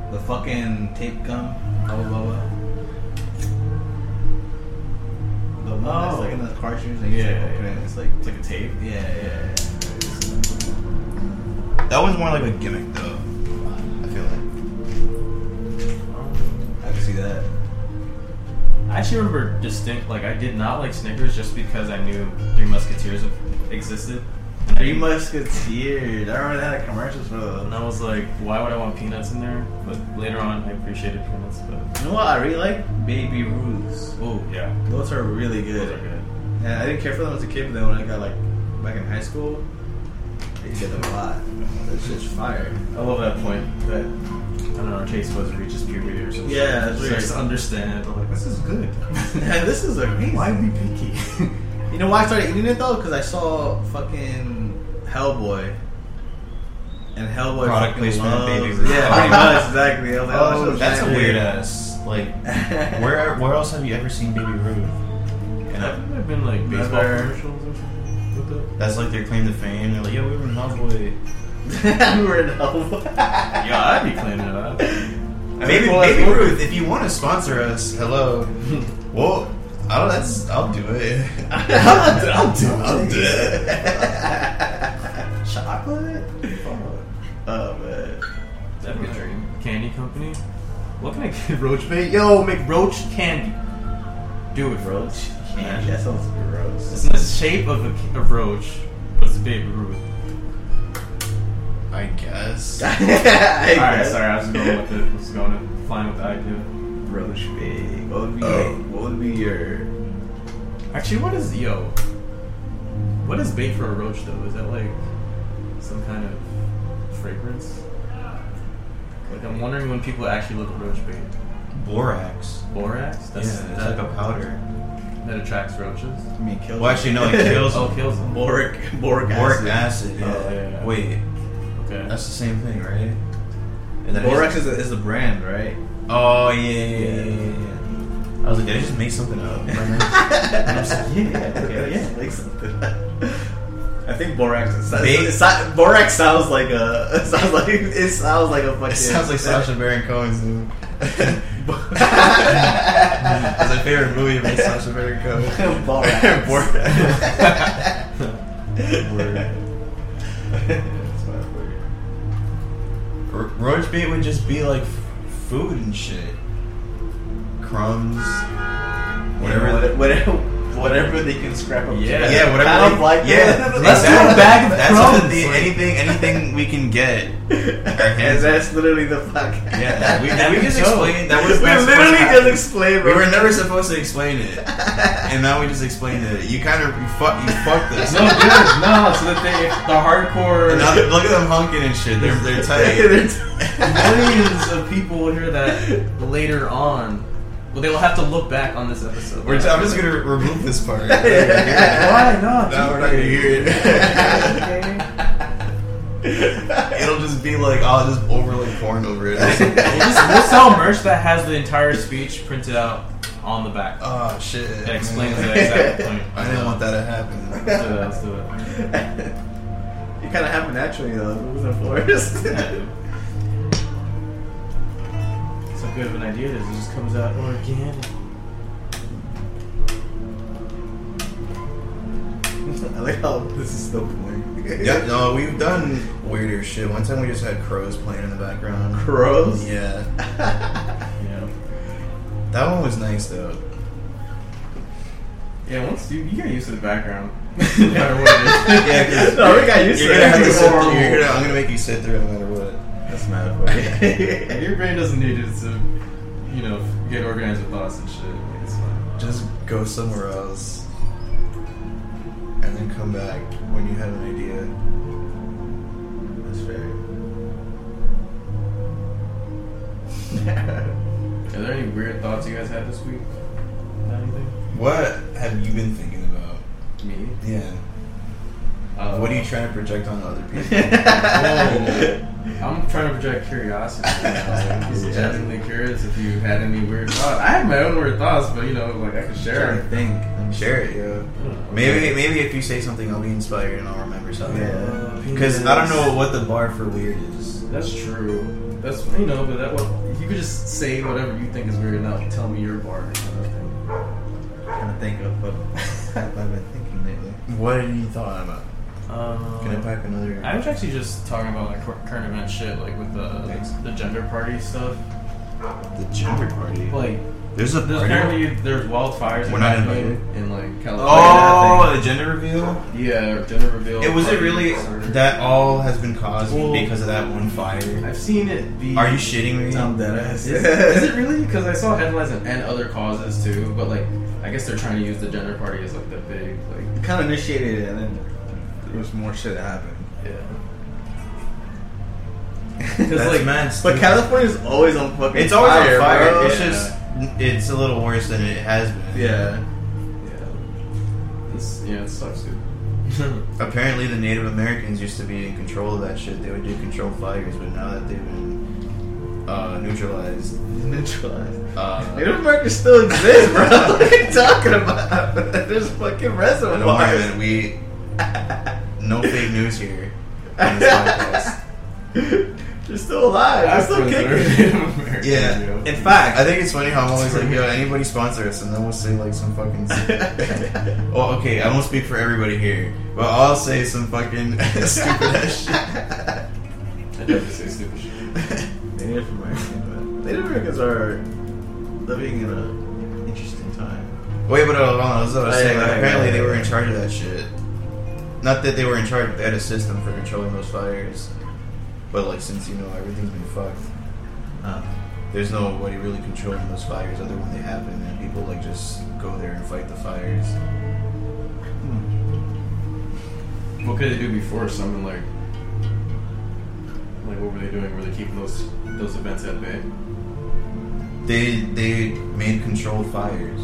else? The fucking tape gum. Bubba Bubba. The one that's
Oh.
like in the cartridge. Like, yeah,
Yeah,
like, open
yeah.
it, it's like.
It's like a tape.
Yeah, yeah, yeah.
That one's more like a gimmick though. I feel like.
I can see that.
I actually remember distinct. Like I did not like Snickers just because I knew Three Musketeers existed. And I
Three
didn't-
Musketeers. I remember they had commercials for those.
And I was like, why would I want peanuts in there? But later on, I appreciated peanuts. But
You know what I really like? Baby Ruths.
oh yeah,
Those are really
those are
good.
good.
And I didn't care for them as a kid, but then when I got like back in high school, I used to get them a lot. That's just fire.
I love that point that I don't know our taste buds reaches puberty or something.
Yeah, that's
so
weird.
I just understand. I'm like, this is good.
And this is amazing.
Why be picky?
You know why I started eating it though? Because I saw fucking Hellboy. And Hellboy
Product
fucking
placement of
loves-
Baby Ruth.
Yeah, pretty much exactly. I was like, oh,
Oh,
shit,
that's a
yeah.
weird ass. Like, where where else have you ever seen Baby Ruth? And
And
I-
I've been like baseball
Never.
commercials or something. With it.
that's like their claim to fame. They're like, yeah, we were in Hellboy.
we were in Hellboy.
Yeah, I'd be claiming it up.
Baby,
Well,
Baby
well-
Ruth, if you want to sponsor us, hello. Well, oh, that's I'll do it.
I'll do
I'll do it.
Chocolate? Oh man.
That'd be a dream. Candy company. What can I get? Roach
But yo, make roach.
candy. Do it, Roach.
Man, that sounds gross.
It's in the shape of a, a roach, but it's Baby Ruth.
I guess.
All right, sorry, I was going with it. I was going to flying with the idea.
Roach pig. What would be,
Oh.
what would be your?
Actually, what is yo? What is bait for a roach though? Is that like some kind of fragrance? Like I'm wondering when people actually look at roach bait.
Borax.
Borax?
Yeah, it's
That's
like
that,
a powder.
that attracts roaches.
I mean, kill.
Well, actually, no, it kills
Oh, kills them.
Boric, boric
boric
acid.
acid. Yeah.
Oh, yeah, yeah.
Wait,
Okay.
that's the same thing, right? And then I
Borax
just-
is a, is a brand, right?
Oh yeah, yeah, yeah, yeah, yeah. I was like, did I just make something up?
I was like, yeah, okay, yeah.
like something. I think borax. Is,
Ba-
it, so- borax sounds like a. It sounds like it sounds like a fucking.
it sounds like Sasha Baron Cohen's movie. That's my favorite movie about Sasha Baron Cohen.
Borax.
That's my word. R- roach bait would just be like f- food and shit. crumbs, whatever.
Whatever, whatever, whatever they can scrap up.
Yeah.
to.
yeah, whatever.
Pound
they-
like
yeah,
Let's do a
exactly.
bag of
That's
crumbs,
what the-
like-
anything, anything we can get. Our
And
hands
that's literally the fuck.
Yeah, we, we just
So-
explained that
we
was not supposed to
literally
happen.
just explained.
We
bro.
were never supposed to explain it, and now we just explained it. You kind of you fuck you fucked us.
No, good. No, so that they, the hardcore
And now they- look at them honking and shit. They're they're tight.
They're t-
millions of people will hear that later on. Well, they will have to look back on this episode.
We're, I'm just gonna remove this part.
Why not?
Now we're not gonna hear it. It'll just be like I'll just overlay porn over it. or something.
We'll, just, we'll sell merch that has the entire speech printed out on the back.
oh shit!
That explains
man.
that exact point.
I didn't want that to happen.
Let's do it. Let's do it.
it kind of happened naturally though. If it wasn't forced.
It's how good of an idea it is. It just comes out organic.
I like how this is still playing.
Yeah, no, we've done weirder shit. One time we just had crows playing in the background.
Crows.
Yeah.
Yeah.
That one was nice though.
Yeah, once you, you get used to the background. no matter what it is.
Yeah, 'cause
No, we got used
you're
to
gonna
that.
have to sit
Horrible.
through. You're gonna, I'm gonna make you sit through it no matter what.
That's not funny.
Your brain doesn't need it to, you know, get organized with thoughts and shit. Like, It's fine.
Just go somewhere else, and then come back when you have an idea.
That's fair.
Are there any weird thoughts you guys had this week? Not anything?
What have you been thinking about?
Me?
Yeah.
Uh,
What are you trying to project on other people?
Whoa. I'm trying to project curiosity. Right now. Like, just
Yeah.
genuinely curious if you had any weird thoughts. I had my own weird thoughts, but you know, like I could share.
Trying to think.
Oh. Share it, yo. Maybe maybe if you say something, I'll be inspired and I'll remember something.
Yeah.
Because I don't know what the bar for weird is.
That's true. That's you know, but that what you could just say whatever you think is weird enough. Tell me your bar.
Trying to think of what I've been thinking lately.
What have you thought about?
Um,
Can Uh, I pipe another?
I was actually just talking about like cur- current event shit, like with the the gender party stuff.
the gender party.
Like,
There's a
there's apparently there's wildfires
We're
in,
not
Miami
invited.
in like California.
Oh, the gender reveal.
Yeah, gender reveal.
It was it
Oh, party
really
disorder.
that all has been caused
Well-
because of that one fire.
I've seen it be.
Are you shitting me?
I'm dead ass.
Is, is it really? Because I saw headlines and, and other causes too, but like I guess they're trying to use the gender party as like the big like
kind of initiated it, and then there was more shit that happened.
yeah.
That's
Because like
mad
But
stupid.
California's always on fucking.
it's always
fire,
on fire.
bro.
It's
Yeah.
just it's a little worse than it has been.
yeah.
yeah, this yeah it sucks dude.
Apparently, the Native Americans used to be in control of that shit. They would do controlled fires, but now that they've been uh, neutralized,
Neutralized.
uh,
Native Americans still exist, bro. what are you talking about? There's fucking
don't
Oh,
worry, man,
reservoirs.
we no fake news here on this podcast.
They're still alive. They're still kicking.
kicking.
Yeah.
In fact,
I think it's funny how I'm always like, yo, anybody sponsor us, and then we'll say like some fucking. well, okay, I won't speak for everybody here, but I'll say some fucking stupid ass shit.
I never say stupid shit.
Native Americans, but Native Americans are living in an interesting time.
Wait, but hold on, that's what I was
Oh, yeah,
saying. Like,
yeah,
apparently,
yeah,
they
yeah.
were in charge of that shit. Not that they were in charge, but they had a system for controlling those fires. But like, since you know everything's been fucked,
Uh,
there's nobody really controlling those fires other when they happen, and people like just go there and fight the fires.
What could they do before something like like what were they doing? Were they keeping those those events at bay?
They they made controlled fires.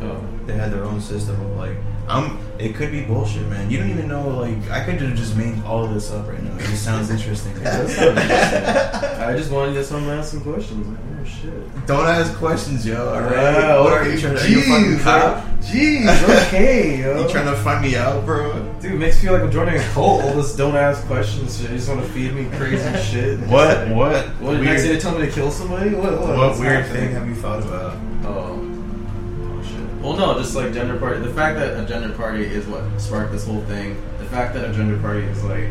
Oh,
They had their own system of like, I'm. It could be bullshit, man. You don't even know. Like, I could have just made all this up right now. It just sounds interesting.
That sounds interesting. I just wanted to someone to ask some questions. Like, oh shit.
don't ask questions, yo. All right.
Wow,
what are you trying to? Are you a fucking
jeez,
cop?
Jeez, okay, yo.
You trying to find me out, bro?
Dude, it makes me feel like I'm joining a cult. All this don't ask questions shit. You just want to feed me crazy shit.
What? What?
What? Weird.
weird,
Next, day they tell me to kill somebody? What? What,
what
what's
weird thing
happening?
have you thought about?
Oh. Oh, shit. Well, no, just like gender party. The fact that a gender party is what sparked this whole thing. The fact that a gender party is like,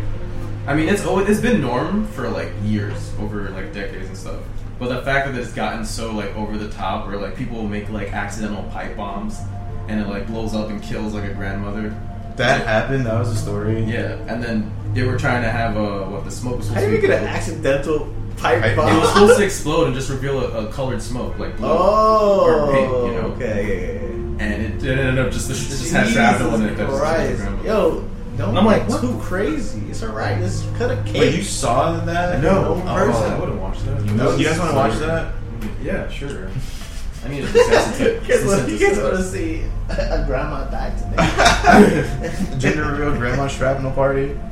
I mean, it's always it's been norm for like years, over like decades and stuff. But the fact that it's gotten so like over the top, where like people will make like accidental pipe bombs, and it like blows up and kills like a grandmother.
That happened. That was a story.
Yeah, and then they were trying to have a what the smoke was supposed
How do
to
you
be
get an
colored.
accidental pipe
Pipe
It was
bomb?
supposed to explode and just reveal a, a colored smoke, like blue.
Oh,
Or pink, you know.
okay, yeah, yeah, yeah.
And it, it ended up just the shit just had shrapnel in it. That just killed the
Jesus Christ.
grandmother.
Yo, don't
And I'm like,
get
what?
too crazy. It's alright. Just cut a cake.
Wait, you saw that?
No.
Oh,
Person.
I would have watched that.
no. You guys want to watch that?
Yeah, sure. I need a desensitized.
guys want- you guys want to
desensitized.
see a grandma die today?
Gender reveal grandma shrapnel party.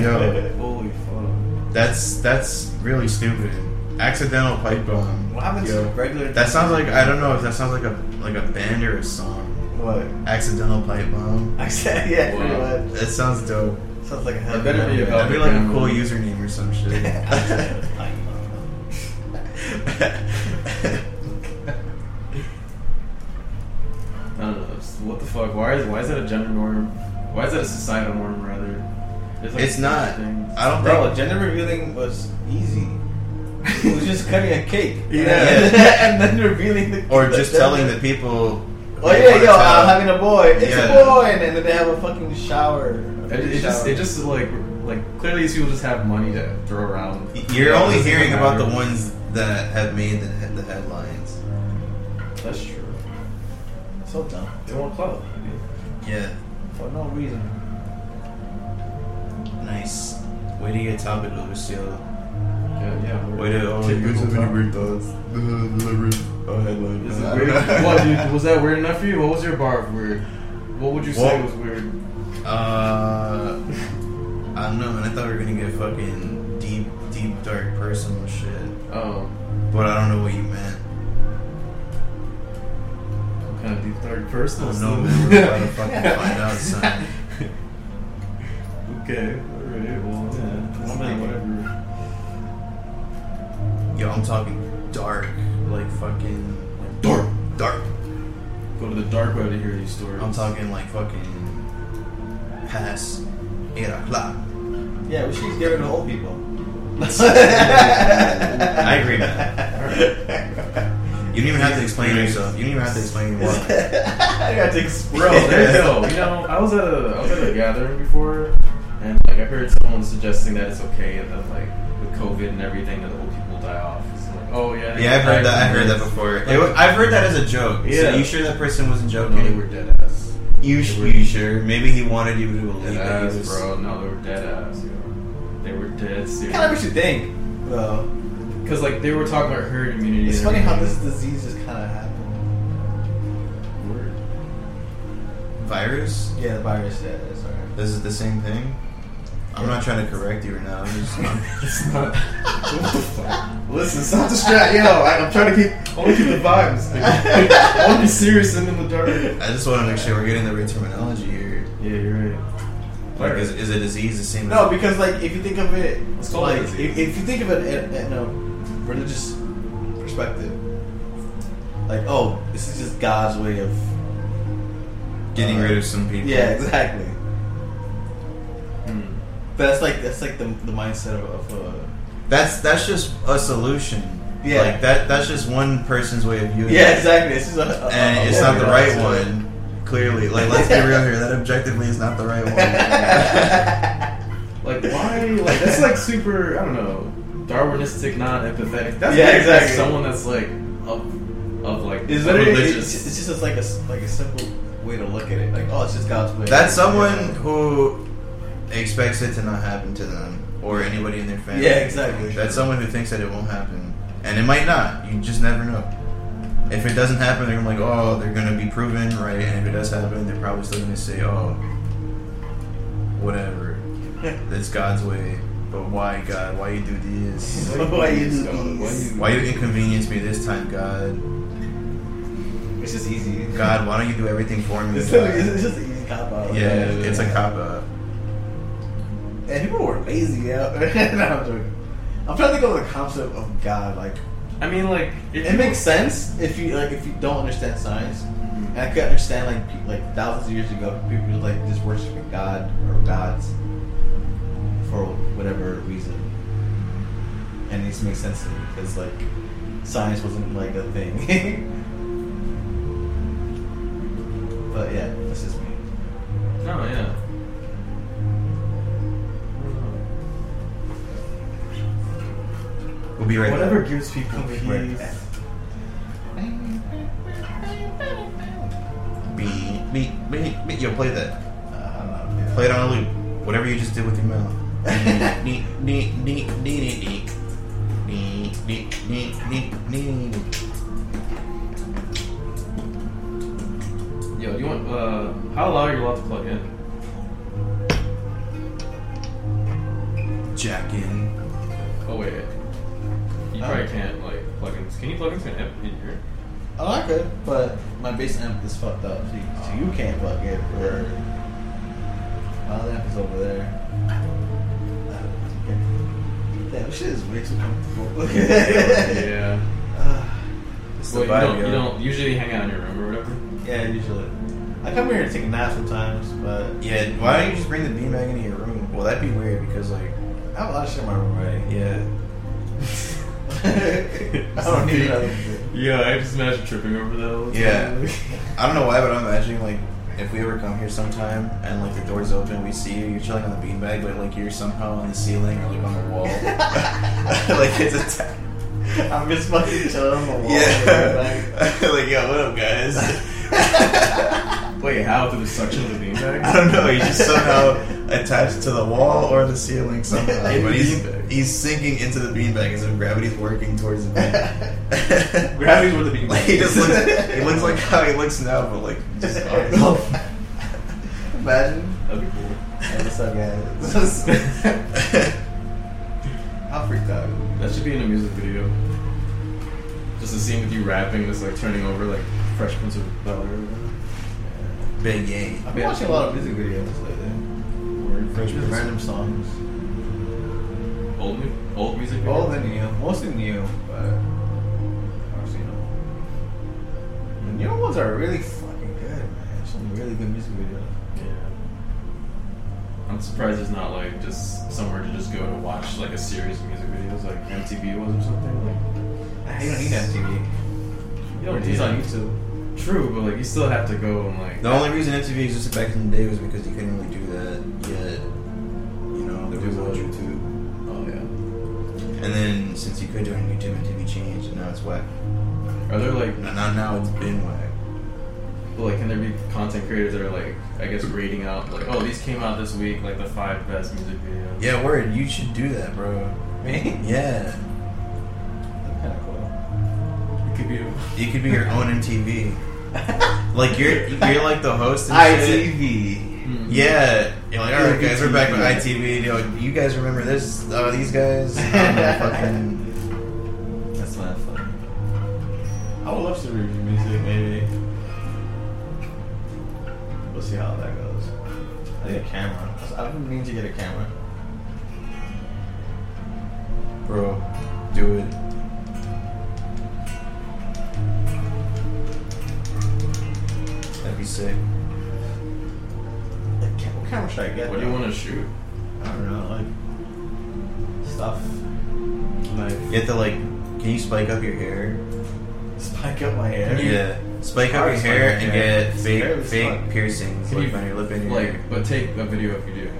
Yo,
Holy fuck.
that's that's really stupid. Accidental pipe bomb.
What happens
Yo.
to regular?
That sounds like I don't know if that sounds like a like a band or a song.
what?
Accidental pipe bomb.
I said, yeah, pretty
Wow.
much.
That sounds dope.
Sounds like a
It
hell
better be about
That'd be
the
like a
grandma.
cool username or some shit.
I don't know. it's- What the fuck? Why is why is that a gender norm? Why is that a societal norm rather? There's,
it's not.
things-
I don't
Bro,
think.
gender revealing was easy. It was just cutting a cake.
Yeah.
Yeah.
and then revealing the.
Or
the
just
gender.
telling the people.
Oh
they
yeah,
wanna
yo,
tell.
I'm having a boy. It's
Yeah.
a boy, and then they have a fucking shower.
It, it just it just is like like clearly these people just have money to throw around.
You're
Yeah, it
only
doesn't
hearing about the
matter.
ones that have made the, the headlines.
That's true.
so dumb
They want clout.
Yeah.
for no reason.
Nice. Way to get topic over seal.
Yeah, yeah. we're-
Way to
Shit,
only
people talk.
thoughts. Oh, headline.
Is it weird? what, dude, was that weird enough for you? What was your bar of weird? What would you say
Well-
was weird?
Uh, I don't know, man. I thought we were gonna get fucking deep, deep, dark, personal shit,
Um,
but I don't know what you meant.
kind of deep third
I
person.
don't know, man. Oh, We're about to fucking find out, son.
Okay, alright, well, yeah.
Well,
it's
man,
not whatever.
Yo, I'm talking dark, like fucking like dark, dark.
Go to the dark web to hear these stories.
I'm talking like fucking past eight o'clock.
Yeah, we should just give it to old people.
I agree, man. You don't even have to explain yourself. You don't even have to explain your work.
I got to explain.
Bro, there you go. You know, I was at a I was at a gathering before, and like I heard someone suggesting that it's okay that like with COVID and everything that old people die off. It's like, oh yeah. they
Yeah, I've heard
died
that. I've
from
heard that
AIDS.
before. It wa- I've heard that as a joke.
Yeah.
So you sure that person wasn't joking?
No, they were dead ass.
You,
They
sh-
were-
you sure? Maybe he wanted you to believe
Dead
that
ass,
he was.
bro. No, they were dead ass. You know, they were dead serious.
Kind of makes you think, though.
Because like they were talking about herd immunity.
It's
and
funny how this
everything.
disease just kind of happened.
Word.
Virus?
Yeah, the virus. Yeah, it's alright.
This is the same thing. I'm not trying to correct you right now. I'm just.
It's not.
Listen, stop the strap, yo. I- I'm trying to keep
I want to keep the vibes. I want to be serious and in the dark. Yeah,
I just want to make sure we're getting the right terminology here.
you're right.
Like, is, is a disease the same?
No, because like if you think of it,
It's called
like
a disease.
if, if you think of it in, in a religious perspective, like oh, this is just God's way of
as getting rid of some people.
yeah, exactly.
Hmm.
But that's like that's like the, the mindset of, of uh,
That's that's just a solution.
Yeah.
Like that that's just one person's way of viewing.
yeah,
it.
exactly. This is a, a- a-
and it's
a-
not the
a-
right one. Clearly, like let's be real here. That objectively is not the right one.
Like why? Like that's like super. I don't know. Darwinistic, non-empathetic. That's
Yeah,
like
exactly.
someone that's like of, of like
It's literally it's,
religious.
it's just it's like a s- like a simple way to look at it. Like oh, it's just God's way.
That's someone who expects it to not happen to them or anybody in their family.
Yeah, exactly.
That's someone who thinks that it won't happen, and it might not. You just never know. If it doesn't happen, they're gonna be like, oh, they're gonna be proven right, and if it does happen, they're probably still gonna say, oh, whatever. That's God's way. But why, God? Why you do this?
Why you do
God? Why
these?
you?
Why you inconvenience me this time, God?
It's just easy.
God, why don't you do everything for me?
It's,
God?
literally- it's just an easy cop out.
yeah, it's a cop out.
And people were lazy, yeah. no, I'm joking. I'm trying to think of the concept of God. Like,
I mean, like if
it
you-
makes sense if you like if you don't understand science.
Hmm.
And I could understand like pe- like thousands of years ago, people were, like just worshiping God or gods for whatever reason.
and it used to make sense to me because like science wasn't like a thing. but yeah, that's just me.
Oh yeah.
We'll be right
Whatever
back.
gives people
We'll be right
peace.
back.
Uh,
Beep, beep, beep, beep. Yo, play that.
Uh, I don't know.
Play it on a loop. Whatever you just did with your mouth. Neek, neek, neek, neek, neek, neek. Neek, neek, neek, neek, neek.
Yo, you want uh, how loud are you allowed to plug in?
Jack in.
Oh wait, you
Oh.
probably can't like plug in. Can you plug into an amp in here?
Oh, I could, but my bass amp is fucked up, so you, so you can't plug it. Or my other amp is over there. Damn, this shit is way too comfortable.
yeah.
Uh,
It's
Well,
the
you
vibe,
don't, you
yo.
don't usually hang out in your room or whatever.
yeah, usually. I come here to take a nap sometimes, but
Yeah, why don't you just bring the beanbag into your room? Well, that'd be weird because, like,
I have a lot of shit in my room already.
yeah.
I don't need another thing.
Yeah, I just imagine tripping over those.
Yeah. I don't know why, but I'm imagining, like, if we ever come here sometime and, like, the door's open, we see you, you're chilling on the beanbag, but, like, you're somehow on the ceiling or, like, on the wall. like, it's a. ta-
I'm just fucking chilling on the wall.
yeah. like, yo, what up, guys?
Wait, how through the suction of the
I
beanbag?
don't know. He's just somehow attached to the wall or the ceiling somehow.
In
But
the
he's,
beanbag.
he's sinking into the beanbag as if gravity's working towards the beanbag.
Gravity's where the beanbag
Like, he just
is.
looks. He looks like how he looks now, but like just
Oh. Imagine.
That'd be cool.
Hey, what's up, guys? How freaked out. it would be.
That should be in a music video. Just a scene with you rapping, just like turning over like Fresh Prince of Bel Air.
big yay.
I've been watching a lot of music videos lately.
Fresh
Just random songs.
Old, mu- old music. Video.
All the new, mostly new, but I've seen them. The new ones are really fucking good, man. Some really good music videos.
Yeah. I'm surprised there's not like just somewhere to just go to watch like a series of music videos like MTV was or something. Like
I Ah, don't need MTV.
you
Or
don't
It's
need
on
on
YouTube.
True, but like you still have to go and like.
The only reason MTV existed back in the day was because you couldn't really do that yet. You know, there
Do
was
what?
YouTube,
Oh yeah.
and then since you could do it on YouTube, MTV changed, and now it's whack.
Are there like
And now now it's been whack.
well, like can there be content creators that are like I guess rating out like oh these came out this week like the five best music videos.
Yeah, word. You should do that, bro.
Me?
Yeah,
That's kind of cool.
It could be. a-
you could be your own MTV. like you're you're like the host. And shit.
ITV.
Hmm.
Yeah. You're like, all right, guys, we're back with ITV. Yo, you guys remember this? Uh, these guys? I don't know, fucking.
That's my fun.
I would love to review music, maybe.
We'll see how that goes. I need a camera. I've been meaning to get a camera.
Bro, do it. That'd be sick.
Like, ca- what camera should I get?
What do you want to shoot?
I don't know, like stuff.
Like
You have to, like, can you spike up your hair?
Spike up my hair.
Yeah. Spike up
Hard
your
spike
hair
up
and
your hair.
get
It's
fake,
barely
fake
spiked.
piercings,
Can
like,
you-
on your lip and your
like
ear.
but take a video if you do.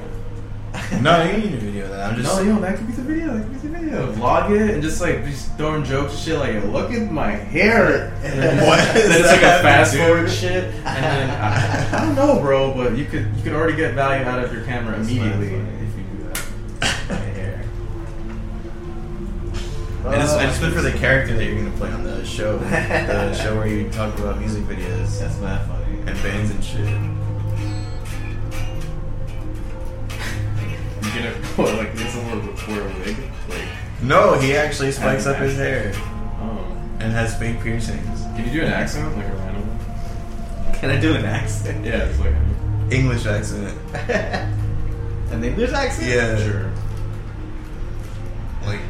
No, you need a video of that. I'm just.
No, yo, that could be the video. That could be the video. Vlog it and just like just throwing jokes, and shit. Like, look at my hair. And then,
What is
then it's like
that,
a fast
dude?
forward shit. And then I, I don't know, bro, but you could you could already get value out of your camera
That's
immediately
fine, fine.
if you do that.
My hair.
I just, I just went for the character that you're gonna play on the show, the show where you talk about music videos
That's mad funny.
and bands and shit.
You get it, what, like it's a little bit for a wig, like
No, he actually spikes up his hair
um,
and has fake piercings.
can you do an accent like a random? one?
Can I do an accent?
Yeah, it's like
English accent,
An English accent?
yeah.
sure.
Like,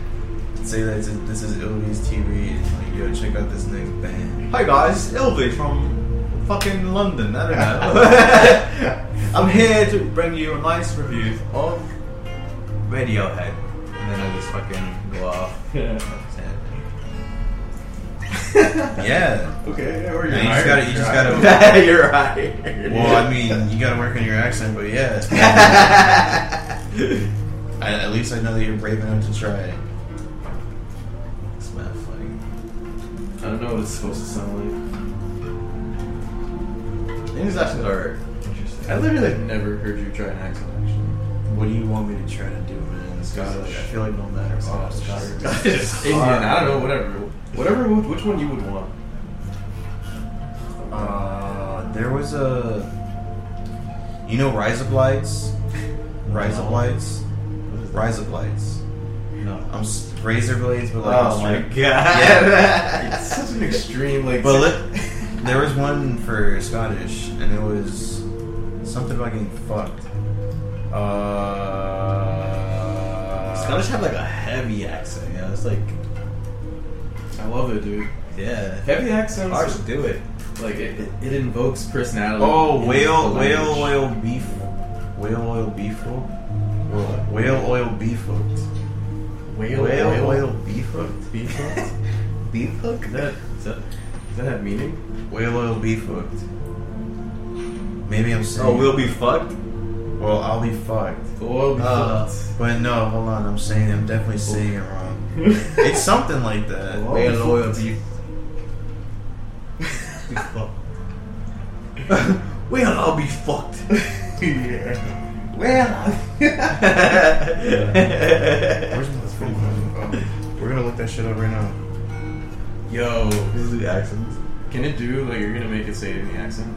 say that it's this is Ilby's TV, and like, yo, check out this next band.
Hi guys, Ilvi from fucking London. I don't know. I'm here to bring you a nice review of Radiohead. And then I
just fucking go off. yeah.
Okay, or
Yeah, you just gotta- you just gotta-
you're hired.
Well, I mean, you gotta work on your accent, but yeah. I, at least I know that you're brave enough to try it. It's not funny.
I don't know what it's supposed to sound like.
These accents are interesting.
I literally have never heard you try an accent, actually.
What do you want me to try to do, man? It's gotta, like, I feel like no matter what, it's just-
Oh,
Just Indian. I don't know. Whatever. Whatever. wh- Which one you would want?
Uh, there was a. You know Rise of Lights? Rise of
No.
Lights? Rise of Lights.
No.
I'm s- razor blades, but like.
Oh my
straight-
god.
Yeah.
It's such an extreme, like.
But li- there was one for Scottish, and it was something about getting fucked. Uh.
Scottish have like a heavy accent. You know, it's like
I love it, dude.
yeah.
Heavy accents,
Ours do it.
like it, it, it invokes personality.
Oh,
in
whale,
the
whale
language.
oil beef, whale oil beef hook, Whale- whale oil beef hooked,
Whale,
whale
whale,
oil beef hooked,
Beef hook?
beef hook,
Is that, is that, does that have meaning?
whale oil beef hooked. Maybe I'm saying.
Oh, we'll be fucked.
Well, I'll be fucked.
Oh,
Uh,
But no, hold on. I'm saying. I'm definitely saying it wrong. It's something like that.
Well,
Whale loyalty. be fucked. We'll all be fucked.
yeah.
Well.
Where's my phone? Oh, we're gonna look that shit up right now.
Yo,
This is the accents.
can it do like you're gonna make it say it in the accent?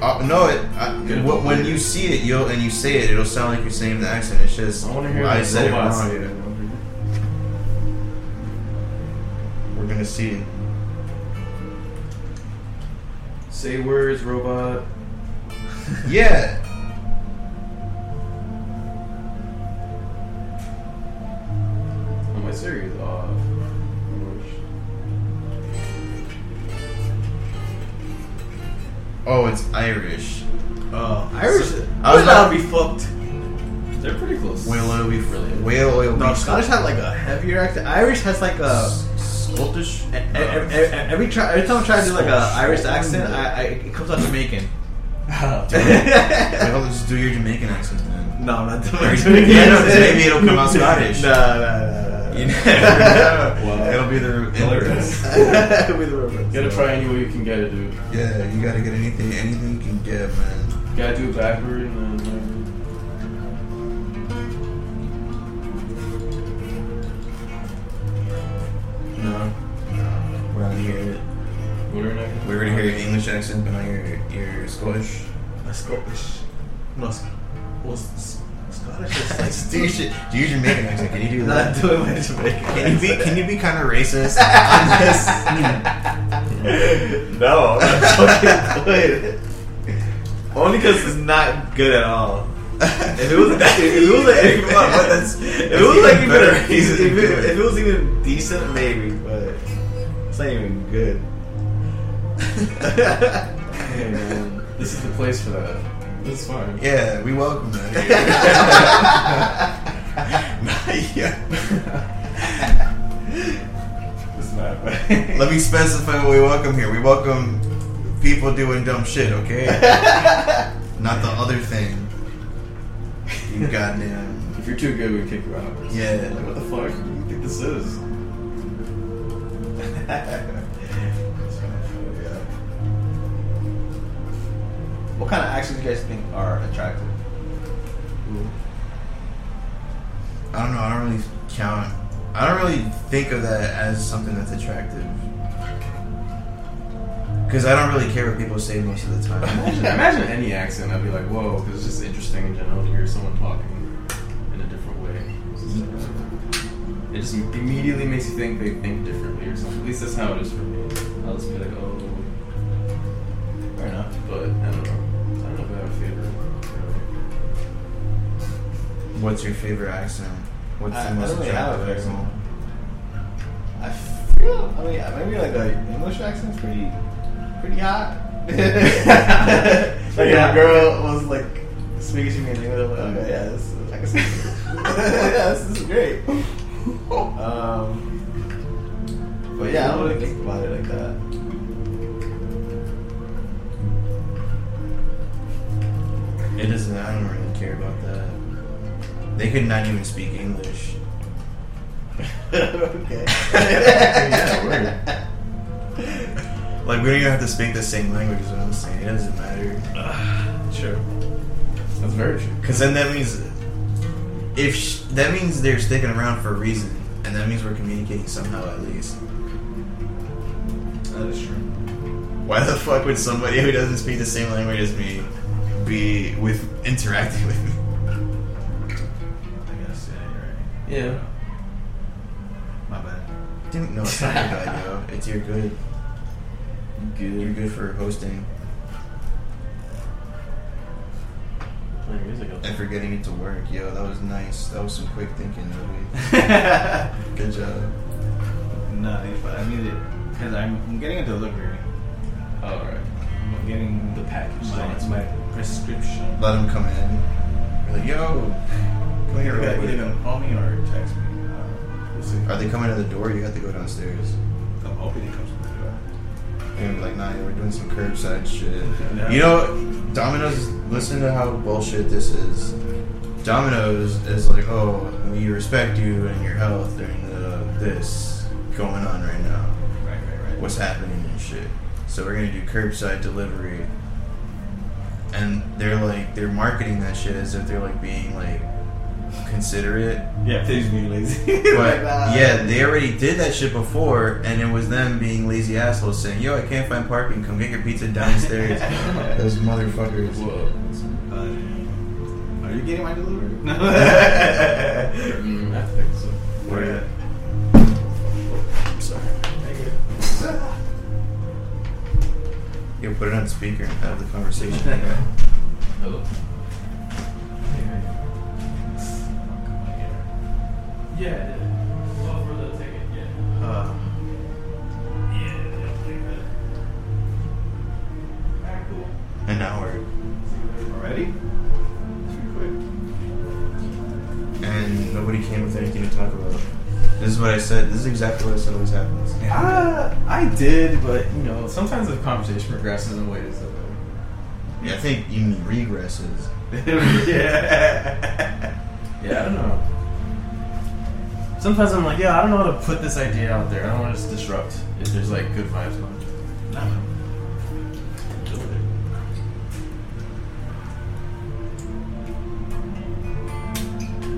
Uh, no, it, I,
Good.
wh- when you see it, you'll and you say it, it'll sound like you're saying the accent. It's just
I want to hear
I
the
said it
robots
wrong.
say it.
We're gonna see it.
Say words, robot.
Yeah.
Oh, my Siri is off.
Oh, it's Irish.
Oh, Irish.
I was
we'll all be fucked.
They're pretty close.
Whale oil beef.
Really?
Whale oil
No,
beef.
Scottish had like a heavier accent. Irish has like a.
Scottish.
e- e- e-
uh,
Every try, every time I try to do like a Irish accent, I, I it comes out Jamaican.
Wait, hold on, just do your Jamaican accent then.
no, I'm not doing
Or-
it.
yeah, no, maybe it'll come out Scottish.
No, no, no, no.
You never know.
Wow.
It'll be the
Hilarious.
know. With the reference.
You gotta try any way you can get it, dude.
Yeah, you gotta get anything, anything you can get, man.
Gotta do it backward and then.
No, we're not gonna hear it.
Like, what are we
We're gonna hear your English accent, but not your your Scottish.
A Scottish. No, Sc- well, S- Scottish is like.
Just do your shit. Do your Jamaican accent. Can you do
I'm
that?
not doing my Jamaican.
Can you be
accent.
Can you be kind of racist on this?
no, I'm not fucking doing it. Only because it's not good at all. If it was, if it was, like, if, it was- if it was like
even
even,
better
if,
reason to do
it,
it.
if it was even decent, maybe, but it's not even good.
Hey, man. This is the place for that. This is fine.
Yeah, we welcome that. yeah.
it's not. bad.
Let me specify what we welcome here. We welcome people doing dumb shit, okay? Not the other thing. You goddamn.
If you're too good, we kick you out.
Yeah.
Like, what the fuck? What do you think this is?
What kind of actions do you guys think are attractive?
I don't know. I don't really count. I don't really think of that as something that's attractive. Because I don't really care what people say most of the time.
Imagine, imagine any accent. I'd be like, whoa, 'cause it's just interesting in general to hear someone talking in a different way. It's just like- It just immediately makes you think they think differently or something. At least that's how it is for me. I'll just be like, oh,
Fair enough.
but I don't know. I don't know if I have a favorite.
What's your favorite accent? What's
I-
the
I
most
don't really have a
attractive
favorite
accent?
I feel. I mean, yeah, maybe like a English accent's pretty, pretty hot. like if a girl was like speaking to me in English. I'm like, okay, yeah, this, I can speak. yes, this is great. Um, but yeah, I don't really think about it like that.
It doesn't. I don't really care about that. They could not even speak English.
okay.
Yeah,
Like we don't even have to speak the same language. Is what I'm saying. It doesn't matter.
Sure. That's very true.
Because then that means if sh- that means they're sticking around for a reason, and that means we're communicating somehow at least.
That is true.
Why the fuck would somebody who doesn't speak the same language as me be with interacting with me?
I guess yeah, you're right.
Yeah.
My bad.
Didn't no, it's not your bad, yo. It's your good. Good. You're good for hosting
Playing music. out
and for getting it to work, yo. That was nice. That was some quick thinking. Really. Good job.
No, if I need it because I'm, I'm getting a delivery.
there. All right.
I'm getting the package. My,
Sounds
my prescription.
Let them come in. We're like, yo, come here.
They're
Real
either
quick.
gonna call me or text me. Uh, we'll see.
Are they coming to the door? You have to go downstairs.
I'm hoping it comes with you.
And be like, nah, we're doing some curbside shit.
Yeah.
You know, Domino's. Listen to how bullshit this is. Domino's is like, oh, we respect you and your health and the, this going on right now.
Right, right, right.
What's happening and shit. So we're gonna do curbside delivery. And they're like, they're marketing that shit as if they're like being like considerate
Yeah, please be lazy.
But yeah, they already did that shit before, and it was them being lazy assholes saying, "Yo, I can't find parking. Come get your pizza downstairs." Those motherfuckers.
Whoa.
Uh, are you getting my delivery? No.
Mm, I think so.
Where?
Sorry. Yo, put it on speaker and have the conversation.
Hello. Yeah. Well, for the ticket, yeah.
Uh,
An hour,
already?
and nobody came with anything to talk about. This is what I said. This is exactly what I said always happens.
Uh, I did, but you know, sometimes the conversation progresses in ways that. uh,
Yeah, I think you mean regresses.
yeah.
Yeah, I don't know. Sometimes I'm like, yeah, I don't know how to put this idea out there. I don't want to just disrupt if there's like good vibes on it.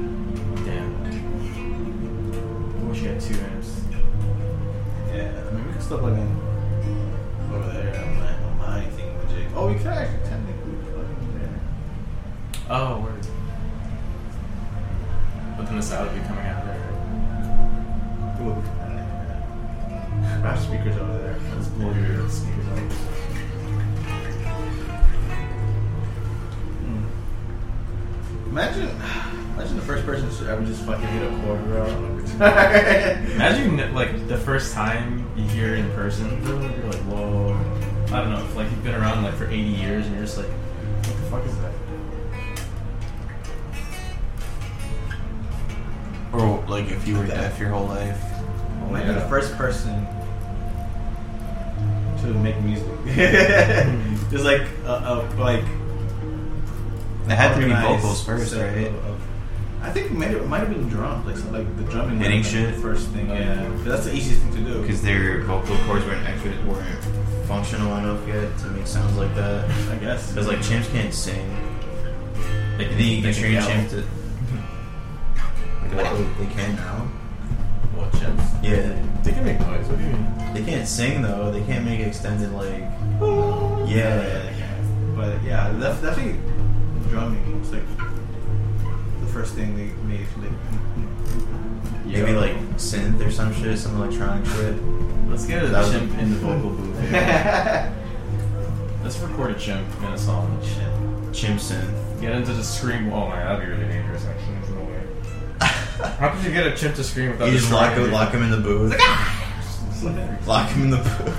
Damn. I wish you had two amps.
Yeah, I mean, we can still plug in over there on my, on my thing with Jake. Oh, we could actually technically plug in there.
Oh, word. But then the sound would be coming out of there.
Ooh. I have speakers over there. Let's blow your speakers out. Imagine, imagine the first person to ever just fucking hit a quarter barrel on a guitar.
Imagine like the first time you hear it in person, you're like, whoa. I don't know. If, like you've been around like for 80 years, and you're just like, what the fuck is that?
Or like if you were deaf your whole life.
Imagine the first person to make music. There's like a, a like
It had to be
organized
vocals first,
set
right?
of- of- I think it might, it might have been drums, like so- like the drumming.
Hitting
might have been
shit?
the first thing.
Oh,
yeah,
yeah.
'Cause that's the easiest thing to do.
because their vocal cords weren't actually weren't functional enough yet to make sounds like that.
I guess.
Because like chimps can't sing. Like
can-
the you can
they can
train
yell.
chimp to. Like, oh, they can now.
What chips?
Yeah,
They can make noise. What do you mean?
they can't sing though. They can't make extended like.
Yeah,
Yeah,
yeah. But yeah, that's definitely drumming was like the first thing they made. Like,
maybe like synth or some shit, some electronic shit.
Let's get a
That was-
chimp in the vocal booth. here. Let's record a chimp in a song. Shit.
Chimp synth.
Get into the scream. Oh my, that'd be really dangerous. Actually, there's no way. How could you get a chimp to scream without?
You just lock
destroying
him, lock him in the booth.
ah!
Lock him in the booth.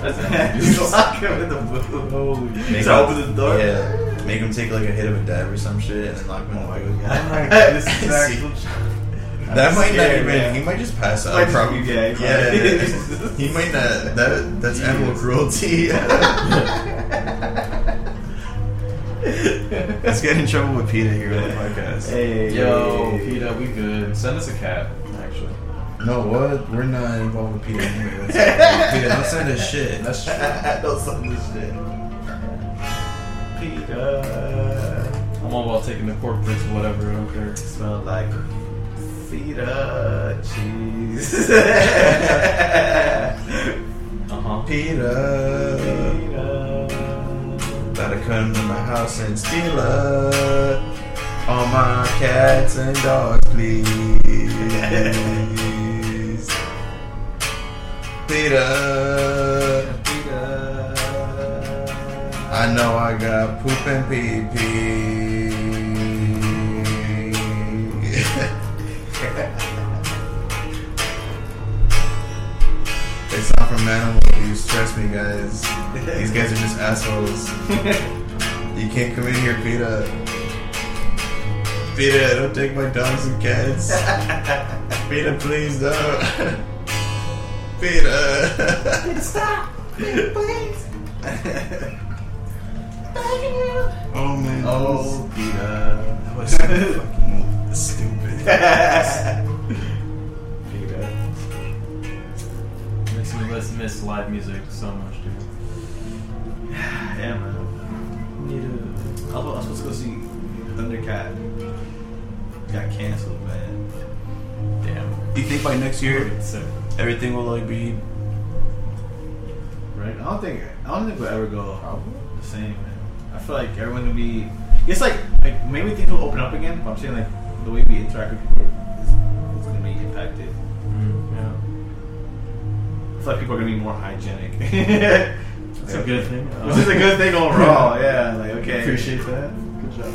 That's
Just lock him in the booth.
Holy.
Make
So
up-
open the door?
Yeah. Make him take like a hit of a dab or some shit, and then lock
Oh
him in the white guy.
this is
See?
actual.
That might not
scared,
even.
yeah.
He might just pass out.
Might just
probably.
be gay.
Yeah. he might not. That that's animal cruelty. Let's get in trouble with Peter here on the podcast.
Hey.
Yo, Peta, we good. Send us a cat, actually.
No, what? We're not involved with Peter anyway. That's- Peter, don't send us shit. That's
Don't send this shit. Peter.
I'm all about taking the corporates, whatever. I don't care.
Smell like feta cheese.
Uh huh.
Peter.
Feta.
About to come to my house and steal her. All my cats and dogs, please. Peter. I know I got poop and pee pee. it's not from animal abuse. Trust me, guys. These guys are just assholes. you can't come in here, Peter. Peter, don't take my dogs and cats. Peter, please don't. Peter. Oh man.
Oh, Peter.
that was fucking stupid.
Peter.
Makes me less miss live music so much, dude.
Yeah, man. I was, I was supposed to go see Thundercat. Got canceled, man.
Damn.
You think by next year
It's sick,
everything will like be?
right?
I don't think I don't think we'll ever go the same, man. I feel like everyone will be. It's like like maybe things will open up again. But I'm saying like the way we interact with people is, is gonna be impacted.
Mm, yeah.
I feel like people are gonna be more hygienic.
It's a good thing.
Which is a good thing overall. Yeah, like okay.
Appreciate that. Good job.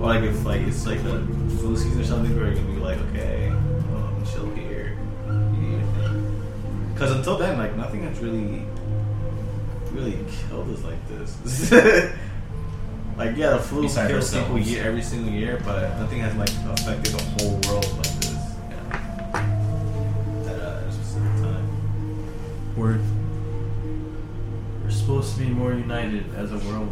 Or like if like it's like the flu season or something, we're gonna be like, okay, um, chill here. Because until then, like nothing has really, really killed us like this. like yeah, the flu
Besides
kills people
ourselves.
year, every single year, but nothing has like affected the whole world like this. Yeah. At a specific time.
Word. We're supposed to be more united as a world.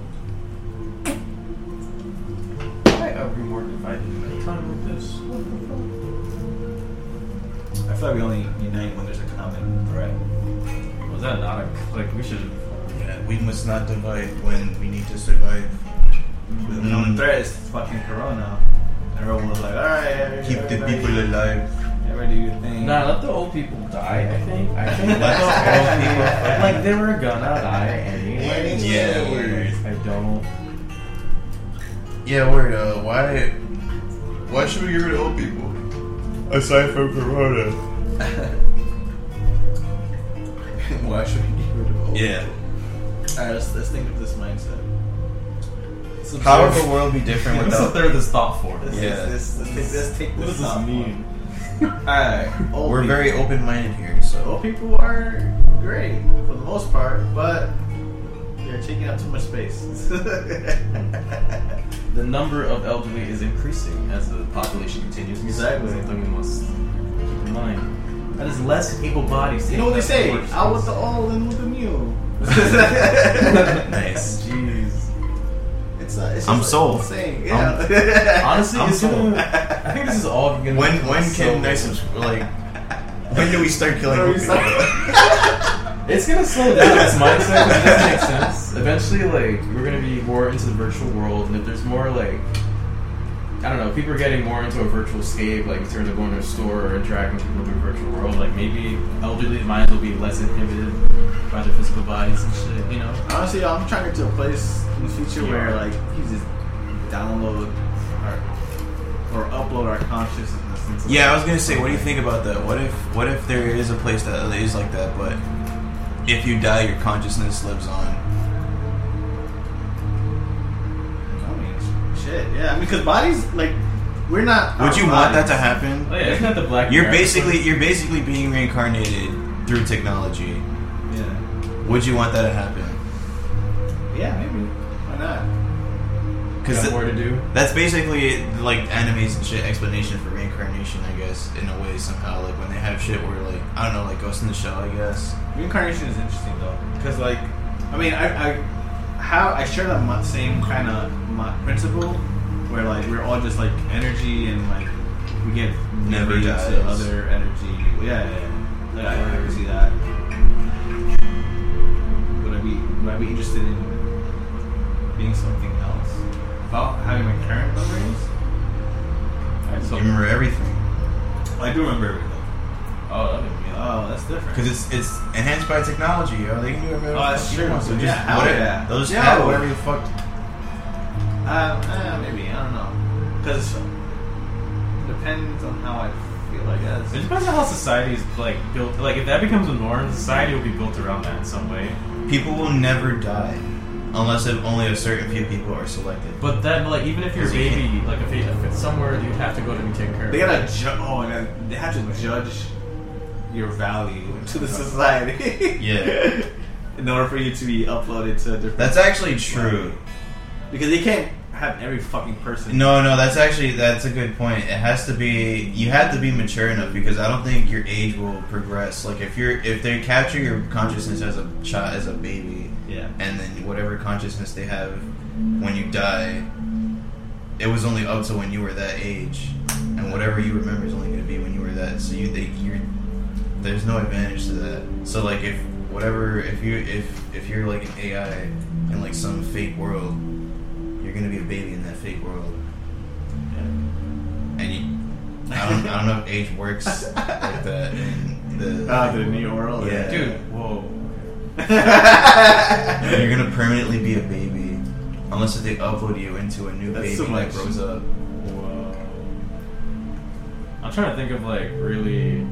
Why are we more divided at a time like this?
I feel like we only unite when there's a common threat.
Was that not a like? We should.
Yeah, we must not divide when we need to survive.
The
Mm.
common threat is fucking corona. Everyone was like, all right,
Keep the
everybody-
people alive.
Everybody do your thing.
Nah, let the old people die. I think. I think let
Let the
the old people.
old people-
Like they were gonna die anyway.
Yeah, word.
I don't.
Yeah, word. Uh, why? Why should we get rid of old people? Aside from Corona.
Why should we get rid of
Yeah.
Alright, let's, let's think of this mindset.
How would the world be different
Let's
without?
throw this thought for
Let's,
us.
Yeah.
let's, let's, let's, let's take
What does
this
this
top
mean?
one. Alright, old
We're
people.
very open-minded here, so
Old people are great for the most part, but they're taking up too much space.
The number of elderly is increasing as the population continues.
Exactly.
Something we must keep in mind. That is less able bodies.
you know what they say?
taking up
Out with
the
the
workforce.
old and with the new.
nice.
Jeez.
it's a, it's just
I'm
a
sold.
Saying,
I'm-
yeah.
Honestly,
I'm
it's
sold.
gonna, I think this is all gonna.
When when
so-
can I subs- like? When do we start killing
When do we
old people?
start-
It's gonna slow down this mindset. It doesn't make sense. Eventually, like we're gonna be more into the virtual world, and if there's more like, I don't know, people are getting more into a virtual scape, like in terms of going to a store or interacting with people through virtual world. Like maybe elderly minds will be less inhibited by their physical bodies and shit. You know,
Honestly, I'm trying to get to a place in the future where like you just download our, or upload our consciousness. Into
Yeah, I was gonna say, what do you think about that? What if what if there is a place that is like that, but if you die, your consciousness lives on?
I mean, shit. Yeah, I mean, because bodies like we're not.
Would
our
you want that to
bodies.
oh,
happen?
yeah, isn't that the black?
You're
Mirror
basically you're basically being reincarnated through technology. Would you want that to happen?
Yeah. Yeah, maybe. Why not?
Cause
got
the-
more to do.
That's basically like anime's and shit explanation for reincarnation, I guess, in a way somehow. Like when they have shit where like I don't know, like Ghost in the Shell, I guess.
Reincarnation is interesting though, because like, I mean, I, I how I share that mo- same kind of mo- principle where like we're all just like energy and like we get
Never
maybe
dies.
to other energy. Yeah, yeah. Like, I never see that. Would I be would I be interested in being something else about having my current memories? I,
You
so,
remember everything
I do remember everything.
Oh, that'd be
Oh, that's different.
because it's it's enhanced by technology. Yo, they can do whatever. the
Oh, that's
fuck you
true.
want, So just
Yeah, hell
whatever,
yeah.
they'll just
Yo.
add whatever the fuck.
Uh, uh, maybe I don't know, because depends on how I feel. I guess.
It depends on how society is like built. Like if that becomes a norm, society will be built around that in some way.
People will never die unless if only a certain few people are selected.
But then, like even if your
Is he-
baby, like if, it, if it's somewhere you'd have to go to be taken care of.
They gotta judge. Oh, and then they have to judge your value to the society.
Yeah.
In order for you to be uploaded to a different.
That's actually true.
because they can't have every fucking person.
No, no, that's actually that's a good point. It has to be you have to be mature enough because I don't think your age will progress. Like if you're if they capture your consciousness as a child as a baby
Yeah.
and then whatever consciousness they have when you die, it was only up to when you were that age, and whatever you remember is only going to be when you were that. So you they you're there's no advantage to that. So like if whatever if you if if you're like an AI in like some fake world, you're going to be a baby in that fake world, and you I don't I don't know if age works like that. In the,
Ah, the new world.
Yeah.
dude. Whoa.
And you're gonna permanently be a baby unless if they upload you into a new
That's
baby
so
that
much.
grows up.
Whoa. I'm trying to think of like really,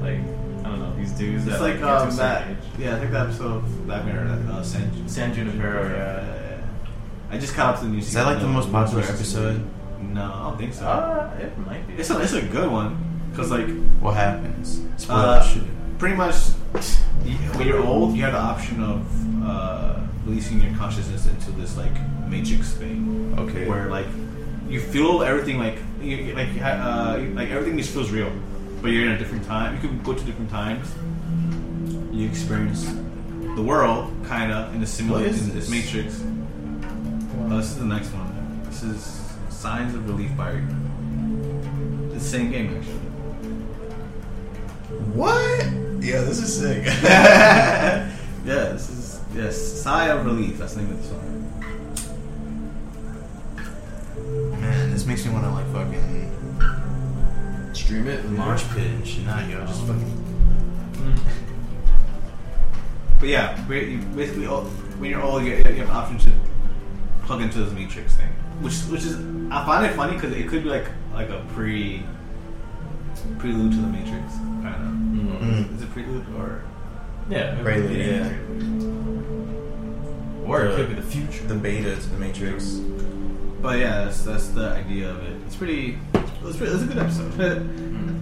like I don't know these dudes
It's
that
like
get to a
um, that.
certain
Yeah, I think that episode of Black Mirror, that uh, San,
age. San Junipero. Yeah.
yeah. I just caught up to the new
Is that like the most popular episode? Oh,
No, I don't think so.
Uh, it might be.
It's a, it's a good one because like
What happens? Spoil
Uh,
shit.
pretty much you- when you're old, you have the option of uh, releasing your consciousness into this like matrix thing
Okay.
where like you feel everything like you, you- like you ha- uh, you- like everything just feels real, but you're in a different time. You can go to different times. You experience the world kind of in a simulated
is
in this
this?
matrix. Uh, this is the next one. This is Signs of Relief by the same game actually.
What? Yeah, this is sick.
yeah, this is yes. Sigh of relief. That's the name of the song.
Man, this makes me want to like fucking
Stream it.
Mm-hmm.
and
march pit and shit. Nah, yo, just fucking.
Mm-hmm.
But yeah, ba- you basically, all, when you're old, you, you have an option to plug into this matrix thing, which which is I find it funny because it could be like like a pre prelude to the matrix, kind
Mm.
of. Is it prelude or?
Yeah. it
Prelude,
could be
yeah.
prelude. Or it could be the future.
The beta to the Matrix.
But yeah, that's, that's the idea of it. It's pretty. It's pretty. It's a good episode.
Mm.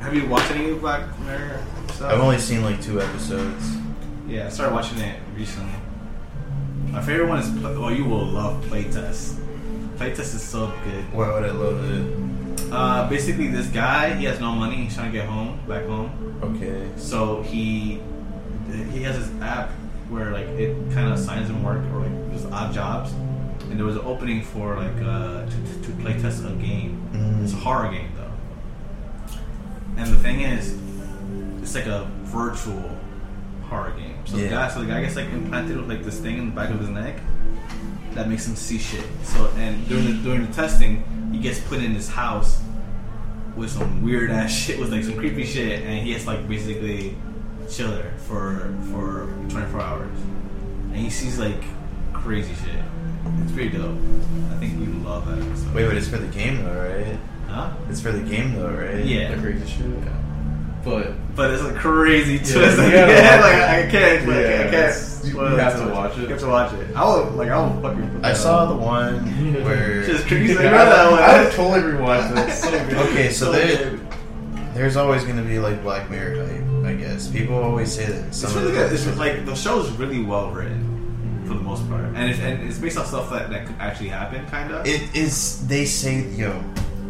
have you watched any Black Mirror stuff?
I've only seen like two episodes.
Yeah, I started watching it recently. My favorite one is Pla- oh, you will love Playtest. Playtest is so good.
Why would I love it?
Uh, basically, this guy he has no money. He's trying to get home, back home.
Okay.
So he he has this app where like it kind of assigns him work or like just odd jobs. And there was an opening for like uh, to, to play test a game.
Mm.
It's a horror game though. And the thing is, it's like a virtual horror game. So
Yeah.
the guy, so the guy gets like implanted with like this thing in the back of his neck that makes him see shit. So and during the during the testing, he gets put in this house with some weird ass shit, with like some creepy shit, and he has like basically chill there for for 24 hours, and he sees like crazy shit. It's pretty dope. I think you would love that episode.
Wait, but it's for the game though, right?
huh?
It's for the game though, right?
Yeah.
The crazy shit. Yeah. But
But it's a crazy twist.
you
like,
gotta
yeah,
watch
like,
it.
I can't. Like,
Yeah,
I
it's-
can't.
you- you
spoil
have
too
to
much.
watch it.
You have to watch it. I will. Like I will fucking. put
I
that
saw
up.
the one where
Just crazy.
Yeah,
about that one.
I would totally rewatch that. It's so good.
Okay, so
good.
there, there's always going to be like Black Mirror hype, I guess. People always say that.
It's
Some
really
of the
good. It's like the show's really well written. for the most part, and it's, and it's based off stuff that, that could actually happen, kind of.
It is. They say, yo,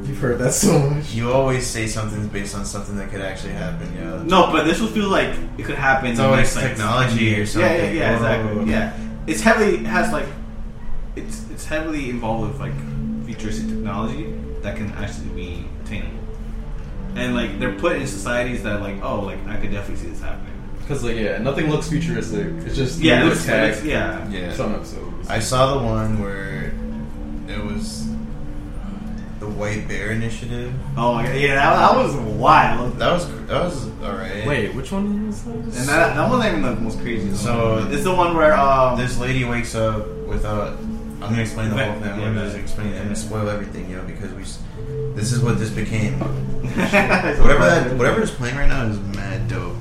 You've heard that so much.
you always say something's based on something that could actually happen. Yo,
No, but this will feel like it could happen.
it's
in the
always
next, like,
technology or something.
Yeah, yeah, yeah,
Whoa.
exactly. Yeah, it's heavily it has like it's it's heavily involved with like futuristic technology that can actually be attainable, and like they're put in societies that like oh like I could definitely see this happening.
Because like yeah, nothing looks futuristic. It's just
Yeah, it
the
looks, it
tag.
looks- yeah.
yeah.
Some episodes.
I saw the one where it was uh, the White Bear Initiative.
Oh yeah, yeah, that, that was wild.
That was that was all right.
Wait, which one is this?
And that, that wasn't even the most crazy. one.
So-
it's the one where um,
This lady wakes up without. I'm gonna explain the whole thing. I'm gonna just explain it. I'm gonna spoil everything, yo, because we. s- This is what this became. Whatever that, whatever's playing right now is mad dope.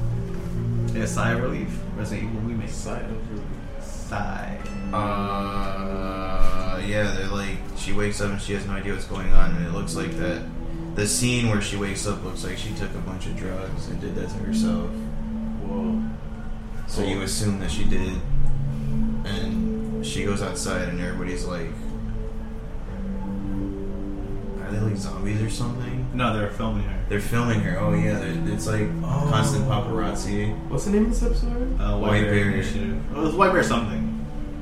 yeah, sigh of relief, Resident Evil remake.
Side of the-
Sigh.
Uh, yeah, they're like she wakes up and she has no idea what's going on, and it looks like that. The scene where she wakes up looks like she took a bunch of drugs and did that to herself.
Whoa.
So you assume that she did, and she goes outside, and everybody's like, "Are they like zombies or something?"
No, they're filming her.
They're filming her. Oh yeah, they're- it's like
Oh.
constant paparazzi.
What's the name of this episode?
Uh, White,
White
Bear,
Bear.
Initiative. It was White Bear something.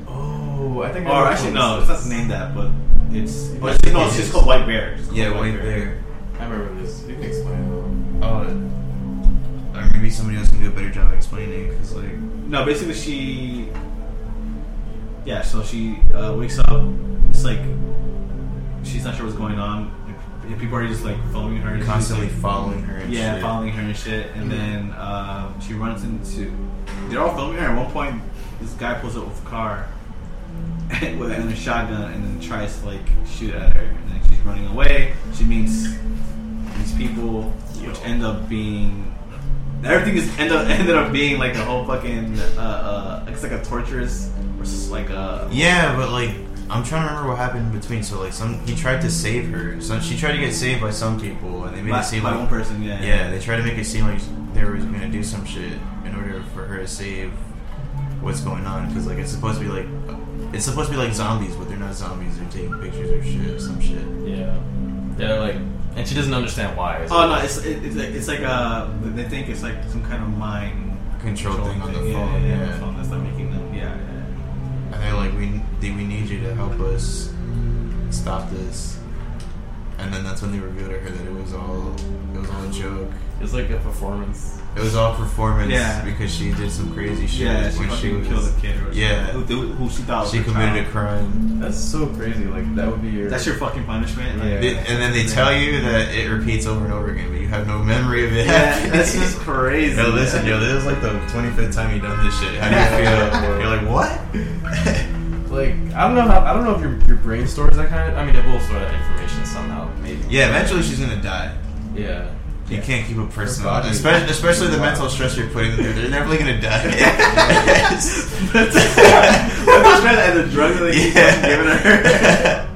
Oh, I think. I
Or
know
actually,
which
no,
one
it's
this
not
is.
named that, but it's.
It
But it's, no,
is.
it's just called White Bear. It's called
Yeah, white bear.
I remember this. You can explain it. all.
Oh, it- or maybe somebody else can do a better job explaining because like.
No, basically, she. uh, Yeah, so she uh, wakes up. It's like. She's not sure what's going on. And people are just like following her. and she's,
constantly
like,
following her. And
Yeah,
shit.
following her and shit. And then um, she runs into. They're all filming her. At one point, this guy pulls up with a car with and a shotgun and then tries to like shoot at her. And then she's running away. She meets these people, which end up being. Everything is end up ended up being like a whole fucking uh, uh, it's like a torturous or s- like a
Yeah, but like I'm trying to remember what happened in between. So like some he tried to save her. So she tried to get saved by some people, and they made
by,
it seem
by
like
one person yeah
yeah, they tried to make it seem like they were gonna do some shit in order for her to save what's going on. Because like it's supposed to be like it's supposed to be like zombies, but they're not zombies. They're taking pictures or shit, some shit.
Yeah. They're like, and she doesn't understand why.
oh no it's it, it's like it's like a they think it's like some kind of mind
Control
control
thing on the
thing, yeah,
phone.
yeah,
Yeah,
yeah, on the phone. That's not making them. Yeah,
and
yeah.
they're like, we they- we need you to help us stop this. And then that's when they revealed to her that it was all it was all a joke.
It's like a performance.
It was all performance
Yeah.
because she did some crazy shit
yeah she
when
fucking
she was
killed a kid. Or
Yeah.
something. who, who she thought was
she
her
committed a
child.
crime.
That's so crazy. Like that would be your.
That's your fucking punishment. Like,
Yeah.
They- and then they tell you that it repeats over and over again, but you have no memory of it.
yeah, that's just crazy.
Yo, listen, yo, this is like the 25th time you've done this shit. How do you feel? You're like, what?
like I don't know how I don't know if your, your brain stores that kind of. I mean, it will store that information somehow. Maybe.
yeah, eventually she's gonna die.
Yeah.
You can't keep a person
Her
alive,
body-
especially, especially the
Wow.
mental stress you're putting them through. They're never gonna die.
That's right, and the drugs that they keep fucking giving her.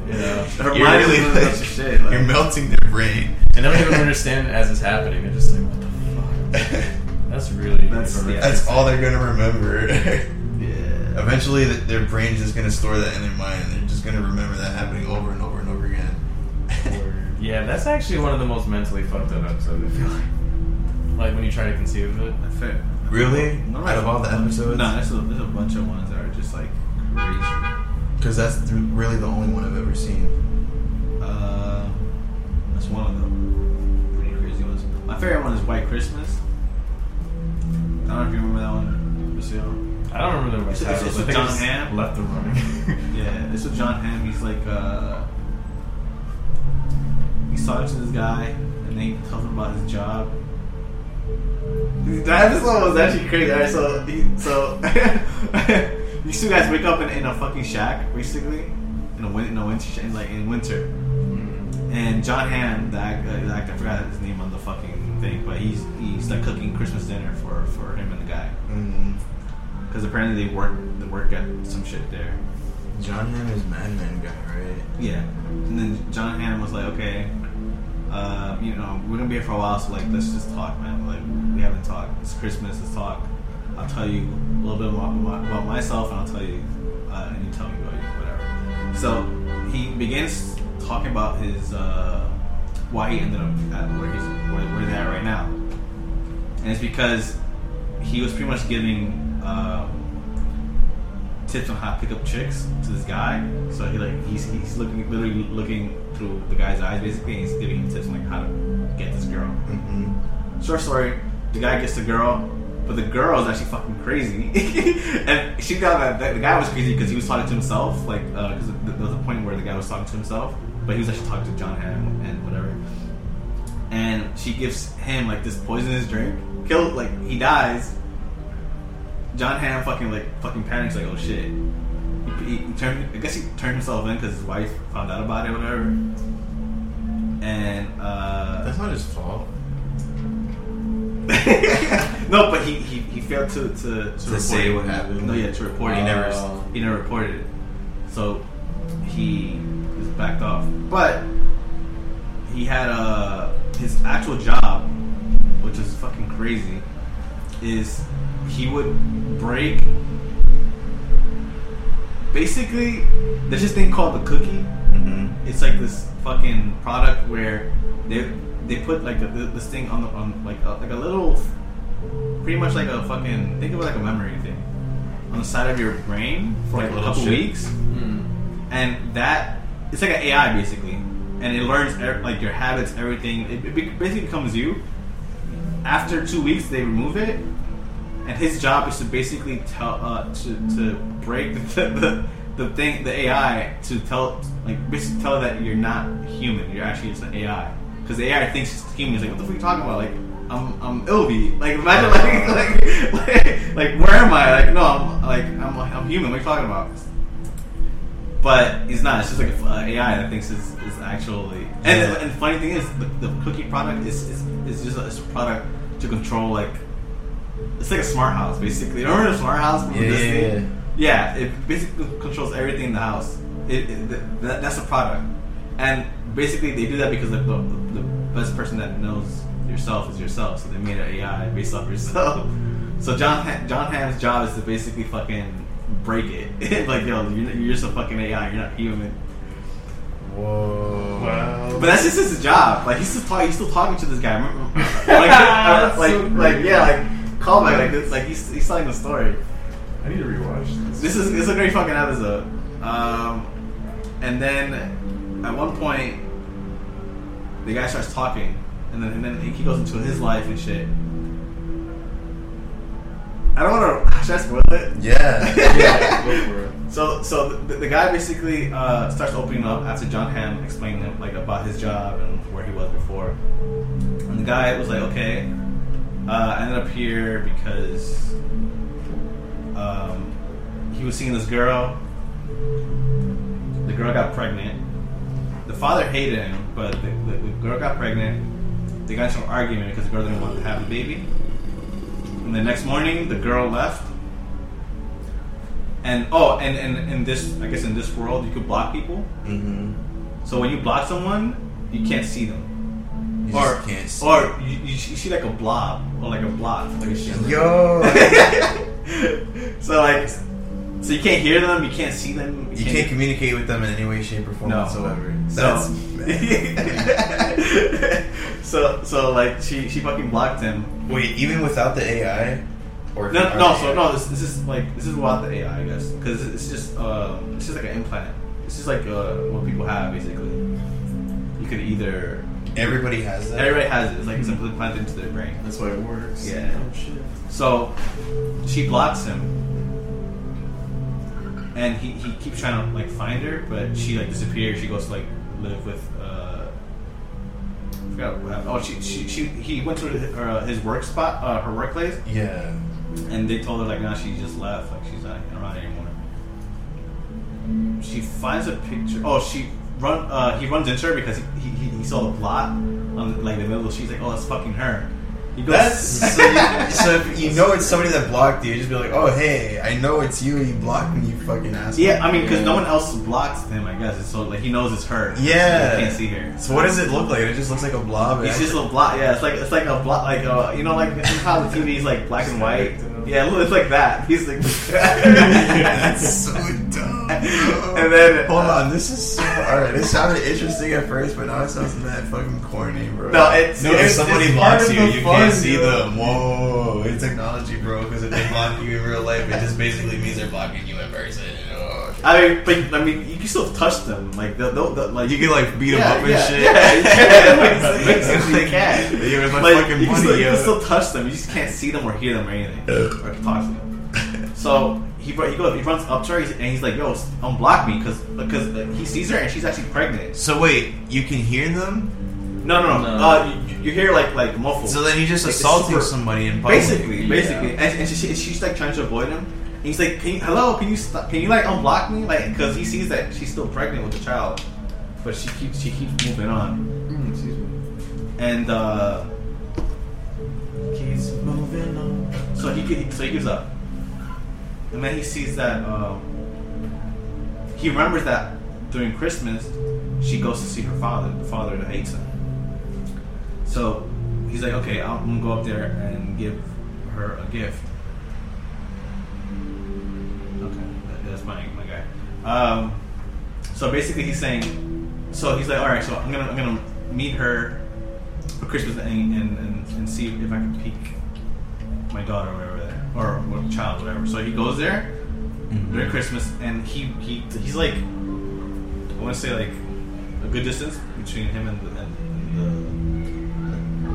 Yeah.
Her
You're
mind
really
is
like-
like, shit. Like,
You're melting their brain.
And they don't even understand it as it's happening. They're just like, what the fuck? That's really.
That's-
horrific.
yeah.
That's all they're gonna remember.
yeah.
Eventually, th- their brain's just gonna store that in their mind. They're just gonna remember that happening over and over and over again.
Yeah, that's actually one of the most mentally fucked up episodes. I feel like. Like when you try to conceive of it.
That's fair.
really?
No,
Out of all the episodes?
No, there's a, there's a bunch of ones that are just like crazy.
Because that's th- really the only one I've ever seen.
Uh, that's one of them. Pretty crazy ones. My favorite one is White Christmas. I don't know if you remember that one, Lucille.
I don't remember the right
It's- it's-
title.
it's
but I
with
think I
John
just
Hamm.
Left the running.
Yeah, this is John Hamm. He's like, uh, he's talking to this guy, and then he tells him about his job. That episode was actually crazy. Alright, so he- so these two guys wake up in, in a fucking shack, basically, in a win, in a winter, sh- in like in winter. And John Hamm, the act, uh, the act, I forgot his name on the fucking thing, but he's he's like cooking Christmas dinner for for him and the guy,
Mm,
because apparently they work they work at some shit there.
John Hamm is Madman guy, right?
Yeah. And then John Hamm was like, okay, uh, you know, we're gonna be here for a while, so like, let's just talk, man. Like, we haven't talked. It's Christmas, let's talk. I'll tell you a little bit more about about myself, and I'll tell you, uh, and you tell me about you, whatever. So he begins talking about his uh, why he ended up at where he's where, where they're at right now, and it's because he was pretty much giving uh, tips on how to pick up chicks to this guy. So he like he's, he's looking literally looking through the guy's eyes basically, and he's giving him tips on like how to get this girl.
Mm-hmm.
Short story: the guy gets the girl, but the girl is actually fucking crazy, and she got that, that. The guy was crazy because he was talking to himself, like because there was a point where the guy was talking to himself, but he was actually talking to John Hamm and whatever. And she gives him like this poisonous drink, kill like he dies. John Hamm fucking like fucking panics like oh shit. He, he turned, I guess he turned himself in because his wife found out about it, or whatever. And uh,
That's not his fault.
no, but he, he, he failed to to, to, report
say
it.
what happened.
No, yeah, to report. it. he
Oh.
never he never reported it. So he is backed off. But he had uh his actual job, which is fucking crazy, is he would break. Basically, there's this thing called the cookie
Mm-hmm.
it's like this fucking product where they they put like a, this thing on the on like a, like a little pretty much like a fucking think of it like a memory thing on the side of your brain for
Like
like,
a
a
little
couple
chip.
weeks and that it's like an AI basically and it learns er, like your habits everything it, it be- basically becomes you after two weeks they remove it and his job is to basically tell uh, to, to break the, the, the thing the AI to tell like basically tell that you're not human you're actually just an AI because the AI thinks it's human it's like what the fuck are you talking about like I'm I'm Ilby like imagine like like, like like where am I like no I'm like I'm I'm human what are you talking about but it's not it's just like a uh, AI that thinks it's, it's actually and and funny thing is the, the cookie product is is, is just a, it's a product to control like it's like a smart house, basically. Remember the smart house? from
Yeah, yeah,
Disney?
yeah.
Yeah, it basically controls everything in the house. It, it th- that, that's a product, and basically they do that because the, the, the best person that knows yourself is yourself. So they made an AI based off yourself. So John Ha- John Hamm's job is to basically fucking break it. like yo, you're, you're just a fucking AI. You're not human.
Whoa.
Wow.
But that's just his job. Like he's still talking. He's still talking to this guy. Remember- like, uh, like,
So
like,
great.
yeah, like callback. Like this. Like he's he's telling the story.
I need to rewatch this.
This is it's a great fucking episode. Um, and then at one point, the guy starts talking, and then and then he goes into his life and shit. I don't want to. Should I spoil it?
Yeah.
yeah, go for it.
So, so the, the guy basically uh, starts opening up after John Hamm explaining like about his job and where he was before, and the guy was like, "Okay, uh, I ended up here because um, he was seeing this girl. The girl got pregnant. The father hated him, but the, the, the girl got pregnant. They got into an argument because the girl didn't want to have the baby. And the next morning, the girl left." And oh, and and in this, I guess in this world, you could block people.
mm-hmm.
So when you block someone, you can't see them,
You
or
just can't see.
or you, you see you see like a blob or like a block, like a shit.
Yo.
so like, so you can't hear them, you can't see them,
you can't communicate with them in any way, shape, or form
No.
whatsoever. That's bad.
so, so so like she she fucking blocked him,
Wait, even without the AI? Or
No, no. So no, this, this is like this is without the AI, I guess, because it's just um, it's just like an implant. It's just like uh, what people have basically. You could either
Everybody has that.
everybody has it. It's like it's implanted into their brain.
That's why it works.
Yeah.
Oh, shit.
So she blocks him, and he, he keeps trying to like find her, but she like disappears. She goes to like live with. Uh, I forgot what happened. Oh, she she, she he went to her, uh, his work spot, uh, her workplace,
Yeah.
and they told her like, nah, she just left. Like she's not around anymore. She finds a picture. Oh, she run. Uh, he runs into her because he, he, he saw the plot on like the middle. She's like, oh, that's fucking her. He goes,
That's so, you, so if you know it's somebody that blocked you, you just be like, oh hey, I know it's you. You blocked me, you fucking asshole.
Yeah, I mean, because no one else blocks him, I guess. So like he knows it's her.
Yeah.
he can't see her.
So what does it look like? It just looks like a blob.
It's just a block. Yeah, it's like it's like a block, like uh, you know, like how the TV is like black and white. Yeah, look, it's like that. He's like,
That's so dumb. bro.
And then-
hold on, this is so alright. It sounded interesting at first, but now it sounds that fucking corny, bro.
no, it's
No, if
it's-
somebody
it's part
blocks
of
you,
the
you
fun,
can't see
dude.
them. Whoa, it's technology, bro. Because if they block you in real life, it just basically means they're blocking you in person. Oh, shit.
I mean, but I mean, you can still touch them. Like they'll, they'll, they'll like
you can like beat them
yeah,
up and
yeah,
shit.
Yeah, yeah, basically you can.
Yo, where's my
Like,
fucking
you, can
money,
still, you
yo?
can still touch them. You just can't see them or hear them or anything or talk to them. So he br- he goes he runs up to her and he's like, "Yo, s- unblock me," because he sees her and she's actually pregnant.
So wait, you can hear them?
No, no, no.
No.
Uh, you, you hear like like muffled.
So then you're just
Like, it's
assaulting
super-
somebody in public.
Basically,
Yeah.
basically, and, and she, she, she's like trying to avoid him. And he's like, can you, "Hello, can you stop? Can you like unblock me?" Like, because he sees that she's still pregnant with a child, but she keeps she keeps moving on.
Mm, Excuse me.
And uh,
Keys
Mm-hmm.
moving on.
so he gi- so he gives up. And then he sees that um, he remembers that during Christmas she goes to see her father, the father that hates him. So he's like, "Okay, I'll- I'm gonna go up there and give her a gift." Okay, that- that's my my guy. Um, so basically, he's saying, so he's like, all right, so I'm gonna I'm gonna meet her for Christmas and and, and, and see if I can peek my daughter or whatever there or what child whatever. So he goes there
Mm-hmm.
during Christmas and he he he's like I want to say like a good distance between him and the, and, and the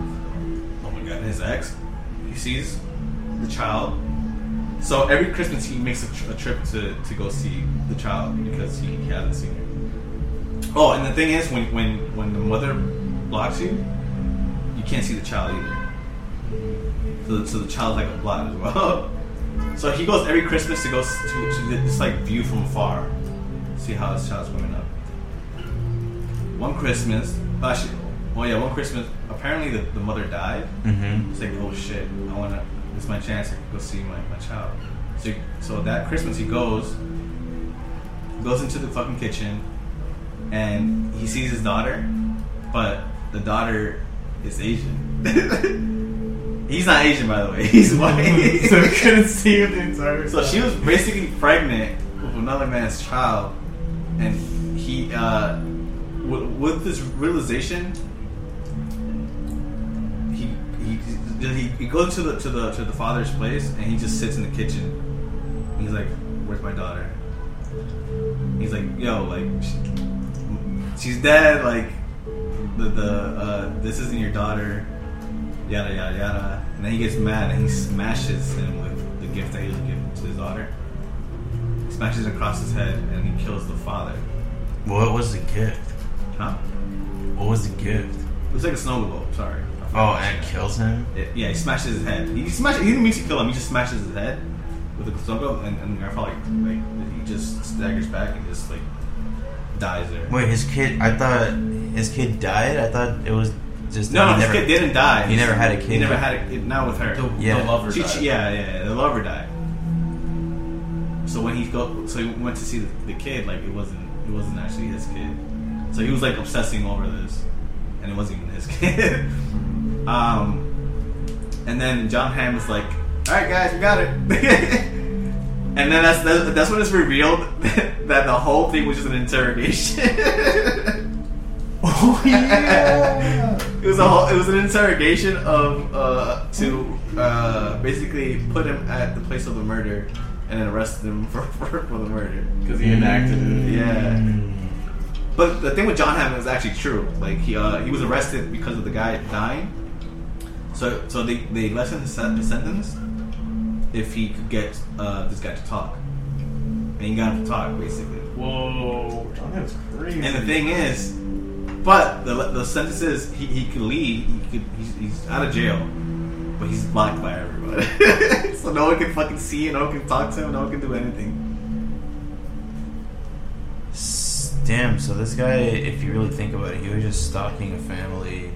oh my god and his ex. He sees the child so every Christmas he makes a, tr- a trip to, to go see the child because he, he hasn't seen her. Oh, and the thing is, when when when the mother blocks you, you can't see the child either. So, so the child's like a blot as well. so he goes every Christmas to go s- to, to this like view from afar, see how his child's growing up. One Christmas, actually, oh yeah, one Christmas. Apparently, the, the mother died.
Mm-hmm.
It's like, oh shit, I wanna, it's my chance to go see my, my child. So, so that Christmas he goes, goes into the fucking kitchen, and he sees his daughter, but the daughter is Asian. He's not Asian, by the way. He's
so
white.
I couldn't see the entire.
so she was basically pregnant with another man's child, and he, uh, w- with this realization, he he he, he goes to the to the to the father's place and he just sits in the kitchen. He's like, "Where's my daughter?" He's like, "Yo, like, sh- she's dead. Like, the the uh, this isn't your daughter." Yada yada yada. And then he gets mad and he smashes him with the gift that he was giving to his daughter. Smashes it across his head and he kills the father.
What was the gift?
Huh?
What was the gift?
It was like a snow globe. Sorry.
Oh, and it kills him.
It- yeah, he smashes his head. He smash. He didn't mean to kill him. He just smashes his head with a bazooka, and, and Grandpa like, like he just staggers back and just like dies there.
Wait, his kid. I thought his kid died. I thought it was just
no,
he
no, his kid didn't die.
he never had a
He
kid.
never had a, it. Not with her.
The,
Yeah.
the lover
She-
died.
she- yeah, yeah, yeah, the lover died. So when he go, so he went to see the, the kid. Like it wasn't, it wasn't actually his kid. So he was like obsessing over this, and it wasn't even his kid. um, and then John Hamm was like, "All right, guys, we got it." and then that's that's, that's when it's revealed that the whole thing was just an interrogation.
Oh yeah.
It was a whole, it was an interrogation of uh, to uh, basically put him at the place of the murder and then arrest him for, for, for the murder.
Because he enacted
Mm.
it.
Yeah, but the thing with John Hammond is actually true. Like he uh, he was arrested because of the guy dying. So so they they lessened his sen- his sentence if he could get uh, this guy to talk, and he got him to talk basically.
Whoa, John, that was crazy.
And the thing is, but the, the sentence is he, he could leave. He could, he's, he's out of jail, but he's blocked by everybody, so no one can fucking see him. No one can talk to him. No one can do anything.
S- Damn. So this guy, if you really think about it, he was just stalking a family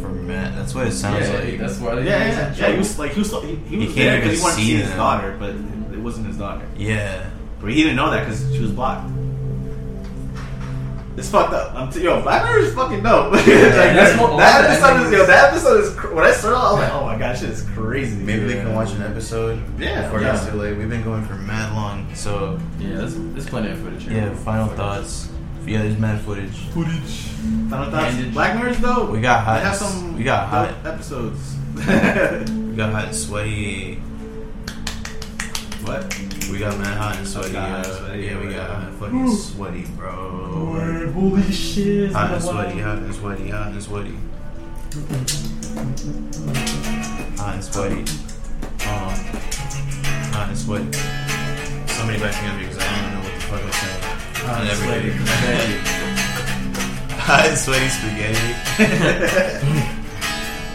for Matt. That's what it sounds
yeah,
like.
that's why.
Yeah,
they-
yeah, yeah. He was like he was he, he was
can't
there
even
because he wanted to
see
see his
them.
daughter, but it, it wasn't his daughter.
yeah.
But he didn't know that because she was blocked. It's fucked up. I'm t- yo, Black Mirror is fucking dope. like,
that's what-
that
all that
episode is yo.
is.
That episode is cr- when I started, I was like, oh my gosh, shit is crazy.
Maybe they can watch an episode
Yeah,
before it
yeah.
gets too late. We've been going for mad long, so
Yeah, there's, there's plenty of footage. here.
yeah. Final thoughts. Yeah, there's mad footage.
footage. Final thoughts.
Bandage.
Black Mirror's dope.
We got hot.
They have some.
We got hot.
dope episodes.
We got hot and sweaty.
what?
We got mad hot and sweaty.
got hot
uh,
and sweaty,
yeah, we
bro.
got hot and fucking sweaty, bro.
holy shit!
Hot and sweaty, hot and sweaty, hot and sweaty. Hot and sweaty. Uh, hot and sweaty. Somebody back me up because I don't know what the fuck I'm saying. Hot
and sweaty.
hot and sweaty spaghetti.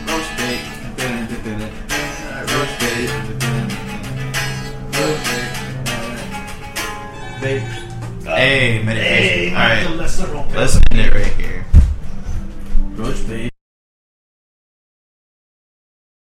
Roast bait. Roast bait. Roast bait.
They
hey, meditation. All right,
Lesser
let's end it right here.